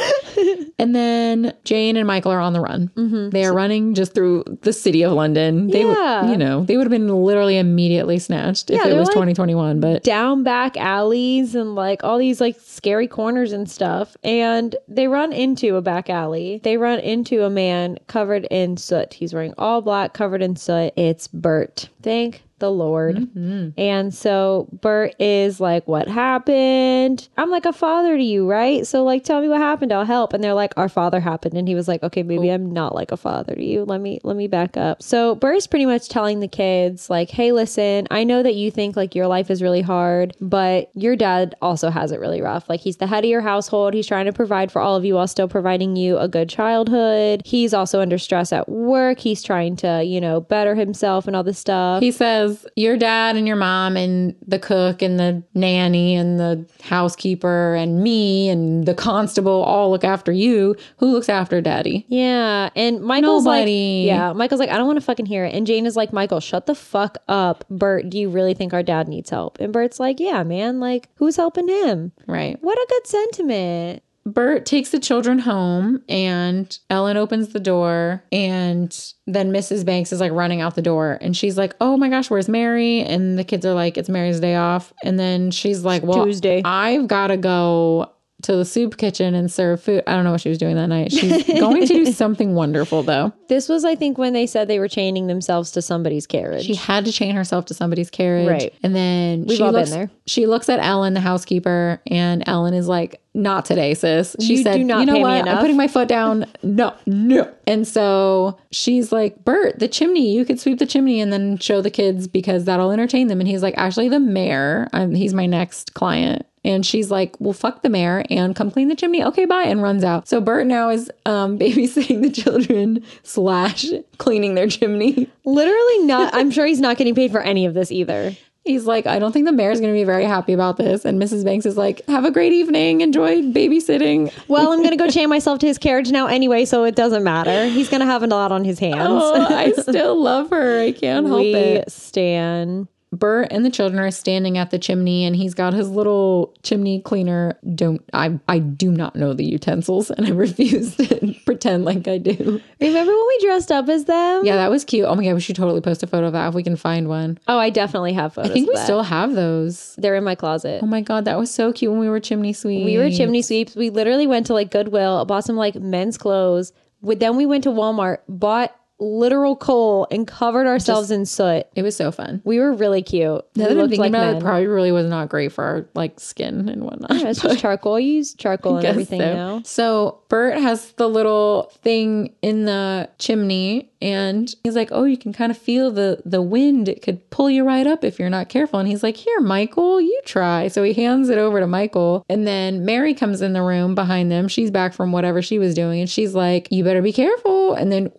[SPEAKER 2] and then Jane and Michael are on the run.
[SPEAKER 1] Mm-hmm.
[SPEAKER 2] They are running just through the city of London. They
[SPEAKER 1] Yeah.
[SPEAKER 2] would, you know, they would have been literally immediately snatched
[SPEAKER 1] Yeah,
[SPEAKER 2] if it
[SPEAKER 1] they're
[SPEAKER 2] was
[SPEAKER 1] like-
[SPEAKER 2] 2021. But
[SPEAKER 1] down back alleys and like all these like scary corners and stuff. And they run into a back alley. They run into a man covered in soot. He's wearing all black, covered in soot. It's Bert. Thank the Lord. And so Bert is like, What happened? I'm like a father to you, right? So, like, tell me what happened. I'll help. And they're like, Our father happened. And he was like, Okay, maybe I'm not like a father to you. Let me, let me back up. So, Bert's pretty much telling the kids, like, Hey, listen, I know that you think like your life is really hard, but your dad also has it really rough. Like, he's the head of your household. He's trying to provide for all of you while still providing you a good childhood. He's also under stress at work. He's trying to, you know, better himself and all this stuff.
[SPEAKER 2] He says, Your dad and your mom, and the cook, and the nanny, and the housekeeper, and me, and the constable all look after you. Who looks after daddy?
[SPEAKER 1] Yeah, and Michael's
[SPEAKER 2] Nobody.
[SPEAKER 1] like, yeah, Michael's like, I don't want to fucking hear it. And Jane is like, Michael, shut the fuck up, Bert. Do you really think our dad needs help? And Bert's like, Yeah, man. Like, who's helping him?
[SPEAKER 2] Right.
[SPEAKER 1] What a good sentiment.
[SPEAKER 2] Bert takes the children home, and Ellen opens the door, and then Mrs. Banks is like running out the door, and she's like, "Oh my gosh, where's Mary?" And the kids are like, "It's Mary's day off," and then she's like, "Well,
[SPEAKER 1] Tuesday.
[SPEAKER 2] I've got to go." To the soup kitchen and serve food. I don't know what she was doing that night. She's going to do something wonderful though.
[SPEAKER 1] This was, I think, when they said they were chaining themselves to somebody's carriage.
[SPEAKER 2] She had to chain herself to somebody's carriage.
[SPEAKER 1] Right.
[SPEAKER 2] And then she
[SPEAKER 1] all been
[SPEAKER 2] looks,
[SPEAKER 1] there.
[SPEAKER 2] She looks at Ellen, the housekeeper, and Ellen is like, not today, sis. She
[SPEAKER 1] You
[SPEAKER 2] said,
[SPEAKER 1] do not
[SPEAKER 2] you know
[SPEAKER 1] pay me
[SPEAKER 2] what? I'm
[SPEAKER 1] enough."
[SPEAKER 2] putting my foot down. No, no. And so she's like, Bert, the chimney, you could sweep the chimney and then show the kids because that'll entertain them. And he's like, actually, the mayor, um, he's my next client. And she's like, well, fuck the mayor and come clean the chimney. Okay, bye. And runs out. So Bert now is um, babysitting the children slash cleaning their chimney.
[SPEAKER 1] Literally not. I'm sure he's not getting paid for any of this either.
[SPEAKER 2] He's like, I don't think the mayor's going to be very happy about this. And Mrs. Banks is like, have a great evening. Enjoy babysitting.
[SPEAKER 1] Well, I'm gonna go chain myself to his carriage now anyway, so it doesn't matter. He's gonna have a lot on his hands.
[SPEAKER 2] Oh, I still love her. I can't help
[SPEAKER 1] we
[SPEAKER 2] it.
[SPEAKER 1] Stan.
[SPEAKER 2] Bert and the children are standing at the chimney and he's got his little chimney cleaner. Don't I I do not know the utensils and I refuse to pretend like I do.
[SPEAKER 1] Remember when we dressed up as them?
[SPEAKER 2] Yeah, that was cute. Oh my god, we should totally post a photo of that if we can find one.
[SPEAKER 1] Oh, I definitely have photos.
[SPEAKER 2] I think
[SPEAKER 1] of
[SPEAKER 2] we
[SPEAKER 1] that.
[SPEAKER 2] still have those.
[SPEAKER 1] They're in my closet.
[SPEAKER 2] Oh my god, that was so cute when we were chimney sweet.
[SPEAKER 1] We were chimney sweeps. We literally went to like Goodwill, bought some like men's clothes. With then we went to Walmart, bought literal coal, and covered ourselves in soot.
[SPEAKER 2] It was so fun.
[SPEAKER 1] We were really cute. We
[SPEAKER 2] Now that I'm
[SPEAKER 1] looked
[SPEAKER 2] thinking
[SPEAKER 1] like
[SPEAKER 2] about it, it,
[SPEAKER 1] men.
[SPEAKER 2] probably really was not great for our like skin and whatnot.
[SPEAKER 1] Yeah, it's just charcoal. You use charcoal and
[SPEAKER 2] Guess
[SPEAKER 1] everything
[SPEAKER 2] so.
[SPEAKER 1] now.
[SPEAKER 2] So Bert has the little thing in the chimney, and he's like, "Oh, you can kind of feel the the wind. It could pull you right up if you're not careful." And he's like, "Here, Michael, you try." So he hands it over to Michael, and then Mary comes in the room behind them. She's back from whatever she was doing, and she's like, "You better be careful." And then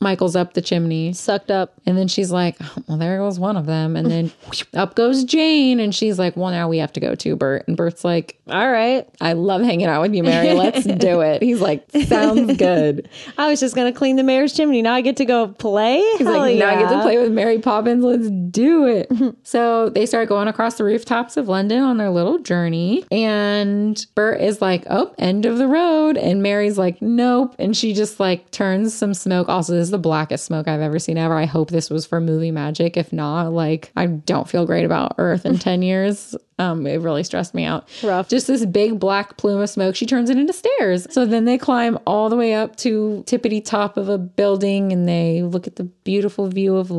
[SPEAKER 2] Michael's up the chimney.
[SPEAKER 1] Sucked up.
[SPEAKER 2] And then she's like, "Oh, well, there goes one of them. And then up goes Jane. And she's like, well, now we have to go to Bert. And Bert's like,
[SPEAKER 1] All right.
[SPEAKER 2] I love hanging out with you, Mary. Let's do it. He's like, sounds good.
[SPEAKER 1] I was just gonna clean the mayor's chimney. Now I get to go play.
[SPEAKER 2] He's
[SPEAKER 1] Hell
[SPEAKER 2] like, now I get to
[SPEAKER 1] yeah.
[SPEAKER 2] play with Mary Poppins. Let's do it. so they start going across the rooftops of London on their little journey. And Bert is like, oh, end of the road. And Mary's like, nope. And she just like turns some smoke. Also, this is the blackest smoke I've ever seen ever. I hope this was for movie magic. If not, like, I don't feel great about Earth in 10 years. Um, it really stressed me out.
[SPEAKER 1] Rough.
[SPEAKER 2] Just this big black plume of smoke. She turns it into stairs. So then they climb all the way up to tippity top of a building and they look at the beautiful view of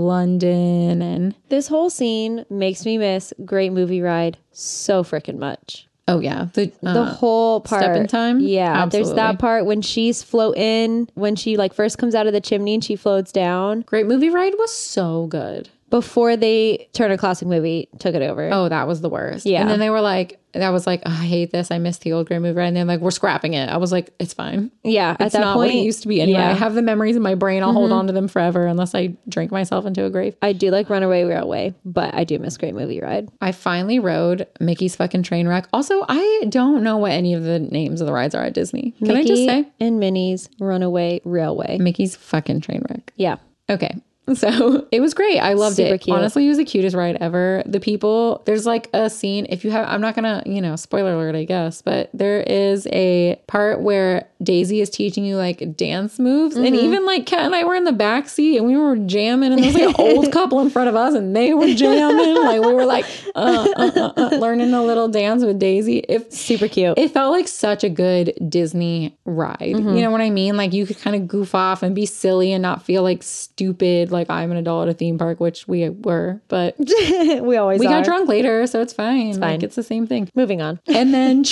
[SPEAKER 2] London and
[SPEAKER 1] This whole scene makes me miss Great Movie Ride so freaking much.
[SPEAKER 2] oh yeah. The,
[SPEAKER 1] the
[SPEAKER 2] uh,
[SPEAKER 1] whole part
[SPEAKER 2] in time?
[SPEAKER 1] yeah there's
[SPEAKER 2] Absolutely.
[SPEAKER 1] that part when she's floating when she like first comes out of the chimney and she floats down
[SPEAKER 2] Great Movie Ride was so good.
[SPEAKER 1] before they Turner Classic Movie took it over
[SPEAKER 2] Oh, that was the worst.
[SPEAKER 1] Yeah.
[SPEAKER 2] And then they were like, that was like, "Oh, I hate this. I miss the old Great Movie Ride. And they're like, we're scrapping it. I was like, it's fine.
[SPEAKER 1] yeah at
[SPEAKER 2] It's
[SPEAKER 1] that
[SPEAKER 2] not
[SPEAKER 1] point
[SPEAKER 2] what it used to be anyway.
[SPEAKER 1] yeah. Mm-hmm.
[SPEAKER 2] I have the memories in my brain. I'll hold on to them forever unless I drink myself into a grave.
[SPEAKER 1] I do like Runaway Railway but I do miss Great Movie Ride
[SPEAKER 2] I finally rode Mickey's fucking train wreck. Also, I don't know what any of the names of the rides are at Disney. Can I just
[SPEAKER 1] Mickey
[SPEAKER 2] say
[SPEAKER 1] and Minnie's Runaway Railway
[SPEAKER 2] Mickey's fucking train wreck?
[SPEAKER 1] yeah
[SPEAKER 2] Okay. So it was great. I loved
[SPEAKER 1] Super
[SPEAKER 2] it.
[SPEAKER 1] cute.
[SPEAKER 2] Honestly, it was the cutest ride ever. The people, there's like a scene. If you have, I'm not gonna, you know, spoiler alert, I guess, but there is a part where Daisy is teaching you like dance moves, and
[SPEAKER 1] Mm-hmm.
[SPEAKER 2] even like Kat and I were in the back seat and we were jamming, and there was like an old couple in front of us, and they were jamming. like we were like uh, uh, uh, uh, learning a little dance with Daisy. If
[SPEAKER 1] super cute
[SPEAKER 2] it felt like such a good
[SPEAKER 1] Mm-hmm.
[SPEAKER 2] Disney ride. You know what I mean? Like you could kind of goof off and be silly and not feel like stupid. like I'm an adult at a theme park, which we were, but
[SPEAKER 1] we always
[SPEAKER 2] we
[SPEAKER 1] are.
[SPEAKER 2] got drunk later, so it's fine. It's
[SPEAKER 1] fine.
[SPEAKER 2] Like, it's the same thing.
[SPEAKER 1] Moving on.
[SPEAKER 2] And then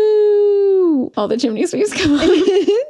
[SPEAKER 2] Chiru. All the chimney sweeps come on.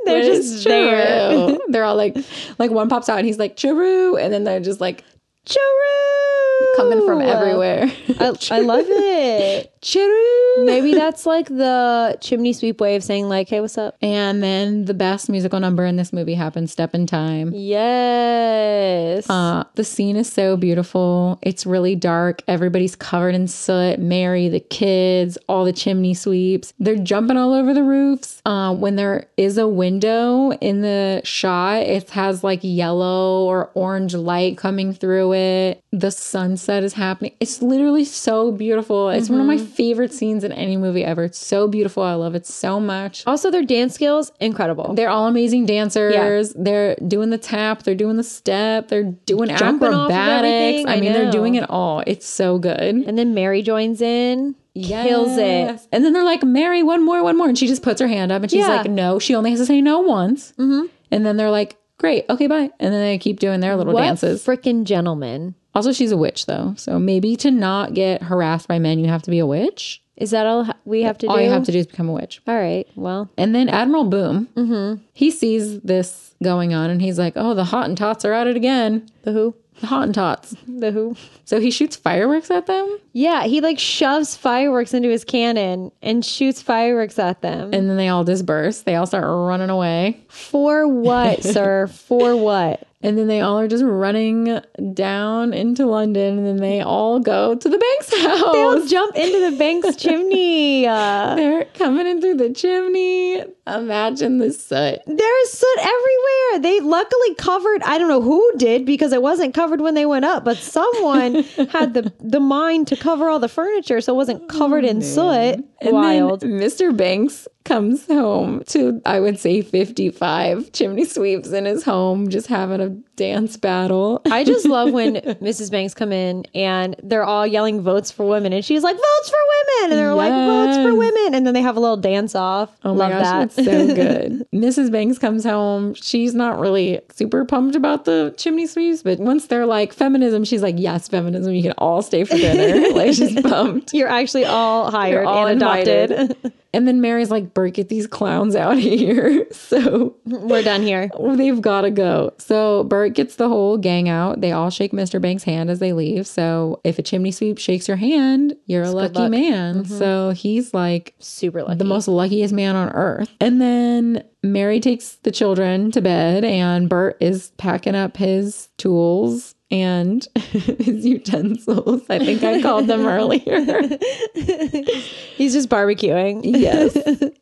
[SPEAKER 1] They're just there.
[SPEAKER 2] Chiru. They're all like, like one pops out and he's like, Chiru. And then they're just like
[SPEAKER 1] Churu
[SPEAKER 2] coming from everywhere.
[SPEAKER 1] I, I love it.
[SPEAKER 2] Chiru.
[SPEAKER 1] Maybe that's like the chimney sweep way of saying like, "Hey, what's up?"
[SPEAKER 2] And then the best musical number in this movie happens, Step in Time.
[SPEAKER 1] Yes.
[SPEAKER 2] Uh, the scene is so beautiful. It's really dark. Everybody's covered in soot. Mary, the kids, all the chimney sweeps. They're jumping all over the roofs. Uh, when there is a window in the shot, it has like yellow or orange light coming through it. The sunset is happening. It's literally so beautiful. It's one of my favorite scenes in any movie ever. It's so beautiful. I love it so much.
[SPEAKER 1] also, their dance skills incredible.
[SPEAKER 2] They're all amazing dancers. They're doing the tap, they're doing the step, they're doing
[SPEAKER 1] Jumping off of
[SPEAKER 2] acrobatics.
[SPEAKER 1] everything,
[SPEAKER 2] I
[SPEAKER 1] I
[SPEAKER 2] mean,
[SPEAKER 1] know.
[SPEAKER 2] they're doing it all. It's so good.
[SPEAKER 1] and then Mary joins in, kills it.
[SPEAKER 2] Yes. And then they're like, Mary, one more, one more. And she just puts her hand up and she's
[SPEAKER 1] Yeah.
[SPEAKER 2] like, no, she only has to say no once. Mm-hmm. And then they're like, great, okay, bye. And then they keep doing their little
[SPEAKER 1] What
[SPEAKER 2] dances.
[SPEAKER 1] freaking gentleman?
[SPEAKER 2] Also, she's a witch, though. So maybe to not get harassed by men, you have to be a witch.
[SPEAKER 1] Is that all ha- we have to
[SPEAKER 2] All
[SPEAKER 1] do?
[SPEAKER 2] you have to do is become a witch.
[SPEAKER 1] all right. Well,
[SPEAKER 2] And then Admiral Boom,
[SPEAKER 1] Mm-hmm.
[SPEAKER 2] he sees this going on and he's like, oh, the Hottentots are at it again.
[SPEAKER 1] the who?
[SPEAKER 2] The Hottentots.
[SPEAKER 1] The who?
[SPEAKER 2] So he shoots fireworks at them
[SPEAKER 1] Yeah, he like shoves fireworks into his cannon and shoots fireworks at them.
[SPEAKER 2] and then they all disperse. They all start running away.
[SPEAKER 1] For what, sir? For what?
[SPEAKER 2] And then they all are just running down into London and then they all go to the bank's house.
[SPEAKER 1] They'll jump into the bank's chimney. Uh,
[SPEAKER 2] They're coming in through the chimney. Imagine the soot.
[SPEAKER 1] there's soot everywhere. They luckily covered. I don't know who did because it wasn't covered when they went up, but someone had the the mind to cover all the furniture, so it wasn't covered in soot.
[SPEAKER 2] Oh, And
[SPEAKER 1] Wild.
[SPEAKER 2] Then Mr. Banks comes home to, I would say, 55 chimney sweeps in his home, just having a dance battle.
[SPEAKER 1] I just love when Mrs. Banks come in and they're all yelling votes for women, and she's like votes for women, and they're like votes for
[SPEAKER 2] Yes.
[SPEAKER 1] women, and then they have a little dance off.
[SPEAKER 2] Oh my
[SPEAKER 1] love
[SPEAKER 2] gosh,
[SPEAKER 1] that.
[SPEAKER 2] it's so good. Mrs. Banks comes home. She's not really super pumped about the chimney sweeps, but once they're like feminism, she's like, yes, feminism, you can all stay for dinner. like she's pumped.
[SPEAKER 1] You're actually all hired
[SPEAKER 2] They're all
[SPEAKER 1] and adopted.
[SPEAKER 2] invited. and then Mary's like, Bert, get these clowns out of here. So
[SPEAKER 1] We're done here.
[SPEAKER 2] They've got to go. So Bert gets the whole gang out. They all shake Mr. Banks' hand as they leave. So if a chimney sweep shakes your hand, you're a lucky
[SPEAKER 1] luck. Mm-hmm.
[SPEAKER 2] man. So he's like
[SPEAKER 1] Super lucky.
[SPEAKER 2] the most luckiest man on earth. And then Mary takes the children to bed, and Bert is packing up his tools and his utensils. I think I called them earlier.
[SPEAKER 1] He's just barbecuing.
[SPEAKER 2] Yes.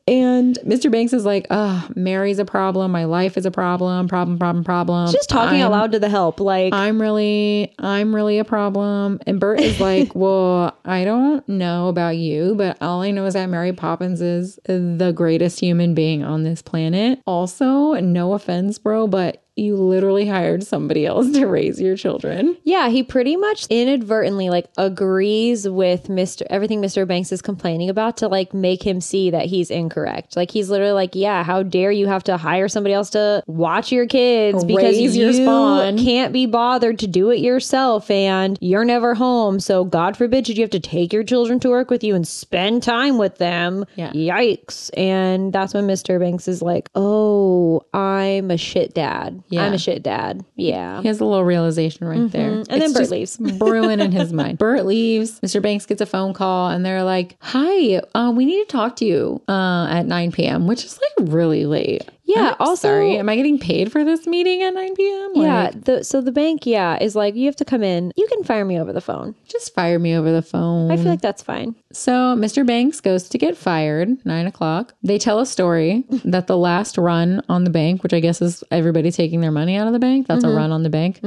[SPEAKER 2] and Mr. Banks is like, oh, Mary's a problem. My life is a problem. Problem, problem, problem.
[SPEAKER 1] Just talking
[SPEAKER 2] I'm,
[SPEAKER 1] out loud to the help. Like,
[SPEAKER 2] I'm really, I'm really a problem. And Bert is like, well, I don't know about you, but all I know is that Mary Poppins is the greatest human being on this planet. Also, no offense, bro, but you literally hired somebody else to raise your children.
[SPEAKER 1] yeah, he pretty much inadvertently like agrees with Mr. Everything Mr. Banks is complaining about to like make him see that he's incorrect. Like he's literally like, yeah, how dare you have to hire somebody else to watch your kids because
[SPEAKER 2] Raise
[SPEAKER 1] you
[SPEAKER 2] your spawn.
[SPEAKER 1] can't be bothered to do it yourself and you're never home. So God forbid should you have to take your children to work with you and spend time with them.
[SPEAKER 2] Yeah.
[SPEAKER 1] Yikes. And that's when Mr. Banks is like, oh, I'm a shit dad.
[SPEAKER 2] Yeah.
[SPEAKER 1] I'm a shit dad. Yeah.
[SPEAKER 2] He has a little realization right there. And
[SPEAKER 1] Mm-hmm. then Bert leaves.
[SPEAKER 2] brewing in his mind. Bert leaves. Mr. Banks gets a phone call and they're like, Hi, uh, we need to talk to you uh, at 9 p.m., which is like really late.
[SPEAKER 1] Yeah,
[SPEAKER 2] I'm
[SPEAKER 1] also-
[SPEAKER 2] sorry. Am I getting paid for this meeting at 9 p.m.? Like,
[SPEAKER 1] Yeah. The, so the bank, yeah, is like, you have to come in. You can fire me over the phone.
[SPEAKER 2] Just fire me over the phone.
[SPEAKER 1] I feel like that's fine.
[SPEAKER 2] So Mr. Banks goes to get fired, nine o'clock. They tell a story that the last run on the bank, which I guess is everybody taking their money out of the bank, that's a run on the bank.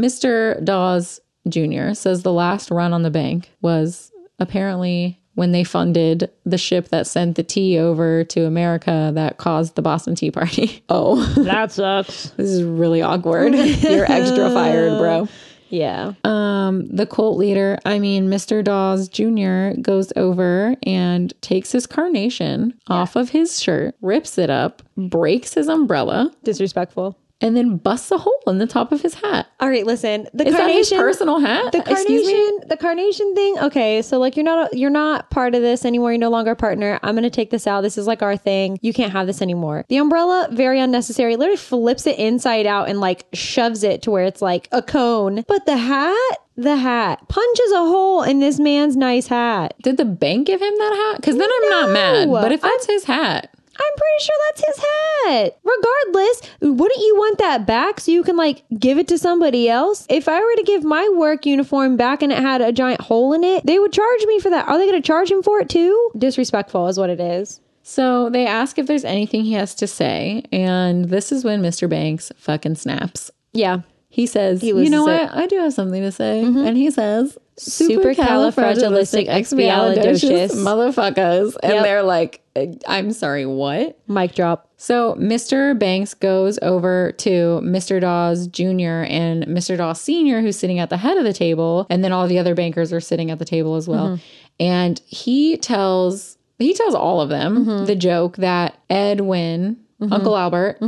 [SPEAKER 2] Mr. Dawes Jr. says the last run on the bank was apparently when they funded the ship that sent the tea over to America that caused the Boston Tea Party. Oh,
[SPEAKER 1] That sucks.
[SPEAKER 2] this is really awkward. You're extra fired, bro.
[SPEAKER 1] Yeah.
[SPEAKER 2] Um, the cult leader, I mean, Mr. Dawes Jr., goes over and takes his carnation off of his shirt, rips it up, breaks his umbrella,
[SPEAKER 1] Disrespectful.
[SPEAKER 2] and then busts a hole in the top of his hat.
[SPEAKER 1] All right, listen. The
[SPEAKER 2] Is that his
[SPEAKER 1] carnation
[SPEAKER 2] personal hat?
[SPEAKER 1] the
[SPEAKER 2] Excuse me?
[SPEAKER 1] carnation the carnation thing okay so like you're not you're not part of this anymore you're no longer a partner i'm gonna take this out this is like our thing you can't have this anymore the umbrella very unnecessary literally flips it inside out and like shoves it to where it's like a cone but the hat the hat punches a hole in this man's nice hat
[SPEAKER 2] Did the bank give him that hat? Because then I'm not mad.
[SPEAKER 1] No.
[SPEAKER 2] But if that's his hat,
[SPEAKER 1] i'm pretty sure that's his hat regardless wouldn't you want that back so you can like give it to somebody else if i were to give my work uniform back and it had a giant hole in it they would charge me for that are they going to charge him for it too disrespectful is what it is
[SPEAKER 2] so they ask if there's anything he has to say, and this is when Mr. Banks fucking snaps.
[SPEAKER 1] yeah
[SPEAKER 2] He says, "You
[SPEAKER 1] loses
[SPEAKER 2] know what?
[SPEAKER 1] it.
[SPEAKER 2] I do have something to say," and he says,
[SPEAKER 1] Supercalifragilisticexpialidocious."
[SPEAKER 2] motherfuckers," and
[SPEAKER 1] Yep.
[SPEAKER 2] they're like, "I'm sorry, what?"
[SPEAKER 1] mic drop
[SPEAKER 2] So Mr. Banks goes over to Mr. Dawes Jr. and Mr. Dawes Sr., who's sitting at the head of the table, and then all the other bankers are sitting at the table as well.
[SPEAKER 1] Mm-hmm.
[SPEAKER 2] And he tells he tells all of them
[SPEAKER 1] Mm-hmm.
[SPEAKER 2] the joke that Edwin, Uncle Albert,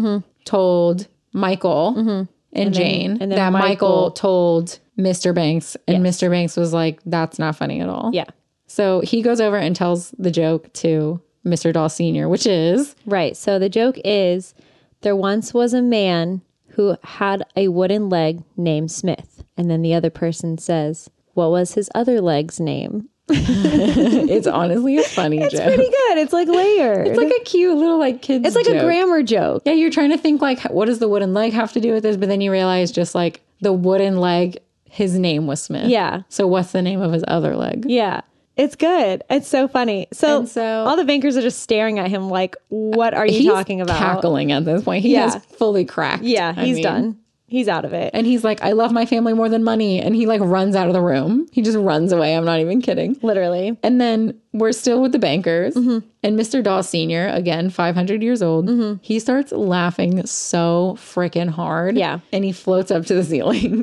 [SPEAKER 2] told Michael and, Jane
[SPEAKER 1] and Mm-hmm. then
[SPEAKER 2] that Michael,
[SPEAKER 1] Michael-
[SPEAKER 2] told Mr. Banks, and Mr. Banks was like, "That's not funny at all."
[SPEAKER 1] yeah
[SPEAKER 2] So he goes over and tells the joke to Mr. Dawes Sr., which is.
[SPEAKER 1] Right. So the joke is there once was a man who had a wooden leg named Smith. And then the other person says, What was his other leg's name?
[SPEAKER 2] It's honestly a funny joke.
[SPEAKER 1] Pretty good. It's like layered.
[SPEAKER 2] it's like a cute little like kids.
[SPEAKER 1] It's like a grammar joke.
[SPEAKER 2] Yeah, you're trying to think like, what does the wooden leg have to do with this? But then you realize just like the wooden leg, his name was Smith.
[SPEAKER 1] Yeah.
[SPEAKER 2] So what's the name of his other leg?
[SPEAKER 1] Yeah. It's good. It's so funny. So,
[SPEAKER 2] And so-
[SPEAKER 1] all the bankers are just staring at him like, What are you
[SPEAKER 2] He's
[SPEAKER 1] talking about?
[SPEAKER 2] cackling at this point. He
[SPEAKER 1] Yeah.
[SPEAKER 2] is fully cracked.
[SPEAKER 1] Yeah,
[SPEAKER 2] I
[SPEAKER 1] he's
[SPEAKER 2] mean.
[SPEAKER 1] done. He's out of it.
[SPEAKER 2] And he's like, I love my family more than money. And he like runs out of the room. He just runs away. I'm not even kidding.
[SPEAKER 1] Literally.
[SPEAKER 2] And then we're still with the bankers.
[SPEAKER 1] Mm-hmm.
[SPEAKER 2] And Mr. Dawes Sr., again, 500 years old, he starts laughing so freaking hard.
[SPEAKER 1] Yeah.
[SPEAKER 2] And he floats up to the ceiling.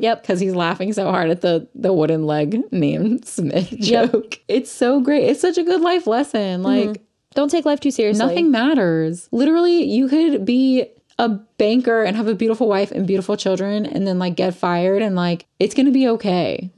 [SPEAKER 1] Yep.
[SPEAKER 2] Because he's laughing so hard at the, the wooden leg named Smith joke. It's so great. It's such a good life lesson.
[SPEAKER 1] Mm-hmm.
[SPEAKER 2] Like,
[SPEAKER 1] Don't take life too seriously.
[SPEAKER 2] nothing matters. Literally, you could be a banker and have a beautiful wife and beautiful children and then like get fired and like it's gonna be okay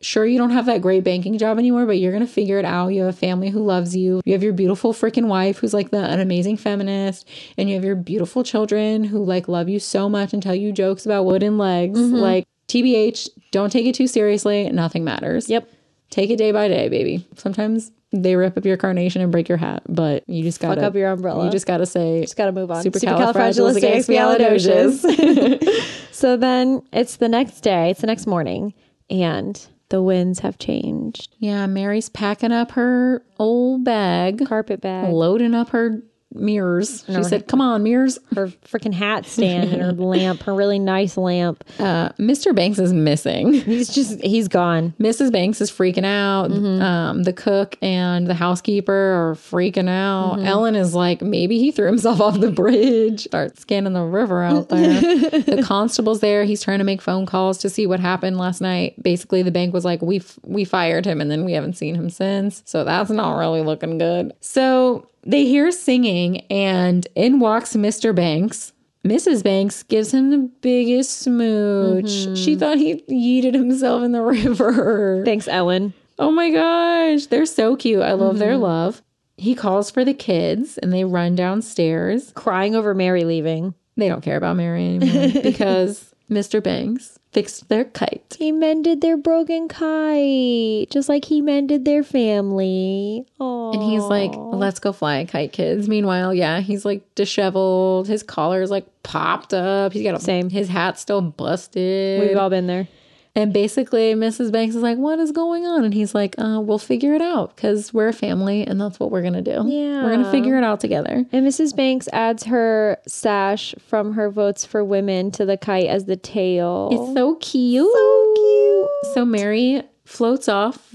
[SPEAKER 2] sure you don't have that great banking job anymore but you're gonna figure it out you have a family who loves you you have your beautiful freaking wife who's like the, an amazing feminist and you have your beautiful children who like love you so much and tell you jokes about wooden legs like tbh don't take it too seriously nothing matters
[SPEAKER 1] Yep.
[SPEAKER 2] take it day by day baby sometimes they rip up your carnation and break your hat but you just gotta
[SPEAKER 1] up your umbrella.
[SPEAKER 2] you just gotta say
[SPEAKER 1] Just got to move on.
[SPEAKER 2] supercalifragilisticexpialidocious
[SPEAKER 1] So then it's the next day, it's the next morning, and the winds have changed.
[SPEAKER 2] yeah mary's packing up her old bag
[SPEAKER 1] Carpet bag,
[SPEAKER 2] loading up her mirrors she said come on mirrors
[SPEAKER 1] her freaking hat stand, and her lamp, her really nice lamp.
[SPEAKER 2] uh, mr banks is missing
[SPEAKER 1] He's just, he's gone.
[SPEAKER 2] mrs banks is freaking out um, the cook and the housekeeper are freaking out ellen is like maybe he threw himself off the bridge start scanning the river out there the constable's there he's trying to make phone calls to see what happened last night basically the bank was like we f- we fired him and then we haven't seen him since so that's not really looking good so they hear singing and in walks mr banks Mrs. Banks gives him the biggest smooch.
[SPEAKER 1] Mm-hmm.
[SPEAKER 2] She thought he yeeted himself in the river.
[SPEAKER 1] Thanks, Ellen.
[SPEAKER 2] Oh my gosh, they're so cute. I love
[SPEAKER 1] Mm-hmm.
[SPEAKER 2] their love. He calls for the kids and they run downstairs.
[SPEAKER 1] Crying over Mary leaving.
[SPEAKER 2] They don't care about Mary anymore because Mr. Banks fixed their kite.
[SPEAKER 1] He mended their broken kite, just like he mended their family. Oh,
[SPEAKER 2] And he's like, let's go fly a kite, kids. Meanwhile, yeah, he's like disheveled. His collar's like popped up. He's got a
[SPEAKER 1] Same.
[SPEAKER 2] His hat's still busted.
[SPEAKER 1] we've all been there.
[SPEAKER 2] And basically, Mrs. Banks is like, What is going on? And he's like, uh, We'll figure it out because we're a family and that's what we're going to do. We're going to
[SPEAKER 1] Yeah.
[SPEAKER 2] figure it out together.
[SPEAKER 1] And Mrs. Banks adds her sash from her votes for women to the kite as the tail.
[SPEAKER 2] It's so cute. So cute. So Mary floats off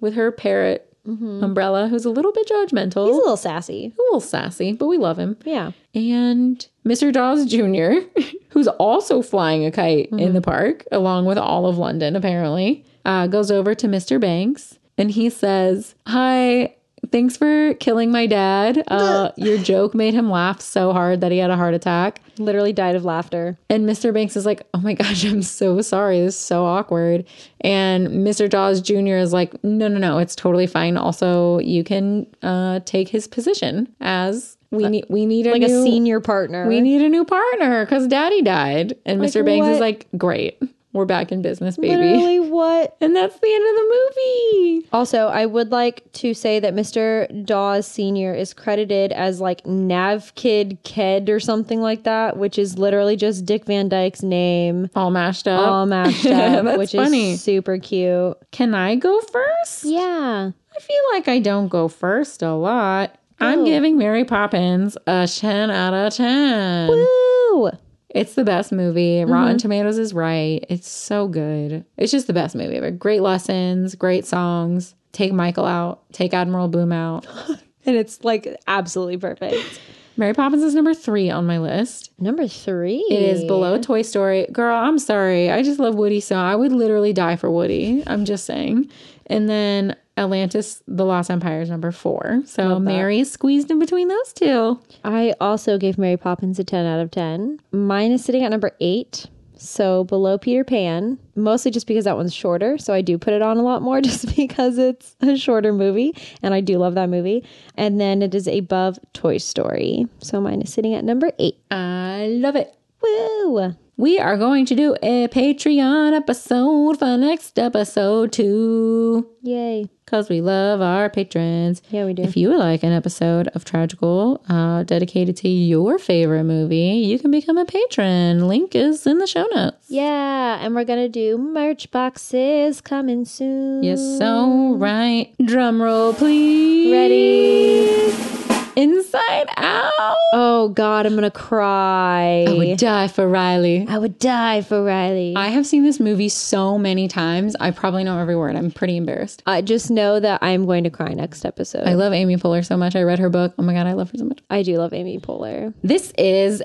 [SPEAKER 2] with her parrot umbrella, who's a little bit judgmental,
[SPEAKER 1] He's a little sassy.
[SPEAKER 2] a little sassy, but we love him.
[SPEAKER 1] Yeah.
[SPEAKER 2] and Mr. Dawes Jr., who's also flying a kite in the park, along with all of London, apparently, uh, goes over to Mr. Banks and he says, Hi, thanks for killing my dad. Uh, your joke made him laugh so hard that he had a heart attack.
[SPEAKER 1] Literally died of laughter.
[SPEAKER 2] And Mr. Banks is like, oh my gosh, I'm so sorry. This is so awkward. And Mr. Dawes Jr. is like, no, no, no, it's totally fine. Also, you can uh, take his position as we need we need a
[SPEAKER 1] Uh, Like
[SPEAKER 2] new,
[SPEAKER 1] a senior partner.
[SPEAKER 2] we need a new partner because daddy died. And Mr. Banks
[SPEAKER 1] what?
[SPEAKER 2] is Uh-huh. like, great, we're back in business, baby.
[SPEAKER 1] Literally what?
[SPEAKER 2] And that's the end of the movie.
[SPEAKER 1] Also, I would like to say that Mr. Dawes Sr. is credited as like Navkid Ked or something like that, which is literally just Dick Van Dyke's name
[SPEAKER 2] All mashed up.
[SPEAKER 1] all mashed up,
[SPEAKER 2] That's
[SPEAKER 1] which
[SPEAKER 2] funny.
[SPEAKER 1] is super cute.
[SPEAKER 2] Can I go first?
[SPEAKER 1] Yeah.
[SPEAKER 2] I feel like I don't go first a lot. I'm giving Mary Poppins a 10 out of 10.
[SPEAKER 1] Woo!
[SPEAKER 2] It's the best movie. Rotten Tomatoes is right. It's so good. It's just the best movie ever. Great lessons, great songs. Take Michael out, take Admiral Boom out.
[SPEAKER 1] And it's like absolutely perfect.
[SPEAKER 2] Mary Poppins is number three on my list.
[SPEAKER 1] Number three.
[SPEAKER 2] It is below Toy Story. Girl, I'm sorry. I just love Woody so I would literally die for Woody. I'm just saying. And then Atlantis, The Lost Empire is number four. So Mary is squeezed in between those two.
[SPEAKER 1] I also gave Mary Poppins a 10 out of 10. Mine is sitting at number eight, so below Peter Pan, mostly just because that one's shorter. So I do put it on a lot more just because it's a shorter movie, and I do love that movie. And then it is above Toy Story. So mine is sitting at number eight.
[SPEAKER 2] I love it.
[SPEAKER 1] Woo!
[SPEAKER 2] We are going to do a Patreon episode for next episode too.
[SPEAKER 1] Yay.
[SPEAKER 2] Because we love our patrons.
[SPEAKER 1] Yeah, we do.
[SPEAKER 2] If you would like an episode of Tragical uh, dedicated to your favorite movie, you can become a patron. Link is in the show notes.
[SPEAKER 1] Yeah, and we're going to do merch boxes coming soon.
[SPEAKER 2] Yes, so right. Drum roll, please.
[SPEAKER 1] Ready?
[SPEAKER 2] Inside out.
[SPEAKER 1] Oh, God, I'm going to cry.
[SPEAKER 2] I would die for Riley.
[SPEAKER 1] I would die for Riley.
[SPEAKER 2] I have seen this movie so many times. I probably know every word. I'm pretty embarrassed.
[SPEAKER 1] I just know that I'm going to cry next episode.
[SPEAKER 2] I
[SPEAKER 1] I,
[SPEAKER 2] love Amy Poehler so much. I read her book. Oh my God, I love her so much.
[SPEAKER 1] do love Amy Poehler.
[SPEAKER 2] This is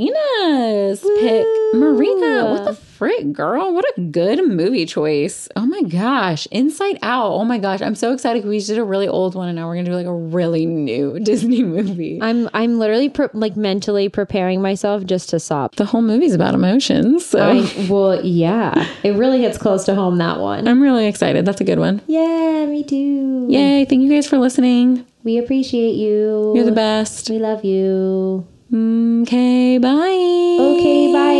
[SPEAKER 2] Marina's pick. Marina, what the frick, girl? What a good movie choice. Oh my gosh. Inside Out. Oh my gosh. I'm so excited. We just did a really old one and now we're going to do like a really new Disney movie.
[SPEAKER 1] I'm I'm literally pre- like mentally preparing myself just to sob.
[SPEAKER 2] The whole movie's about emotions. So
[SPEAKER 1] I, well, yeah, it really hits close to home that one.
[SPEAKER 2] I'm really excited. That's a good one.
[SPEAKER 1] Yeah, me too.
[SPEAKER 2] Yay. Thank you guys for listening.
[SPEAKER 1] We appreciate you.
[SPEAKER 2] You're the best.
[SPEAKER 1] We love you.
[SPEAKER 2] Okay. Bye.
[SPEAKER 1] Okay, bye.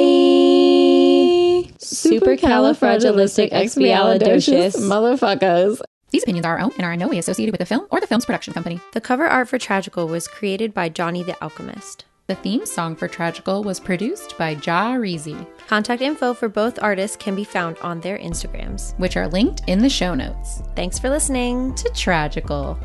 [SPEAKER 2] Supercalifragilisticexpialidocious. Motherfuckers.
[SPEAKER 3] These opinions are our own and are in no way associated with the film or the film's production company.
[SPEAKER 4] The cover art for Tragical was created by Johnny the Alchemist.
[SPEAKER 3] The theme song for Tragical was produced by Ja Reezy,
[SPEAKER 4] Contact info for both artists can be found on their Instagrams.
[SPEAKER 3] which are linked in the show notes.
[SPEAKER 4] Thanks for listening.
[SPEAKER 3] To Tragical.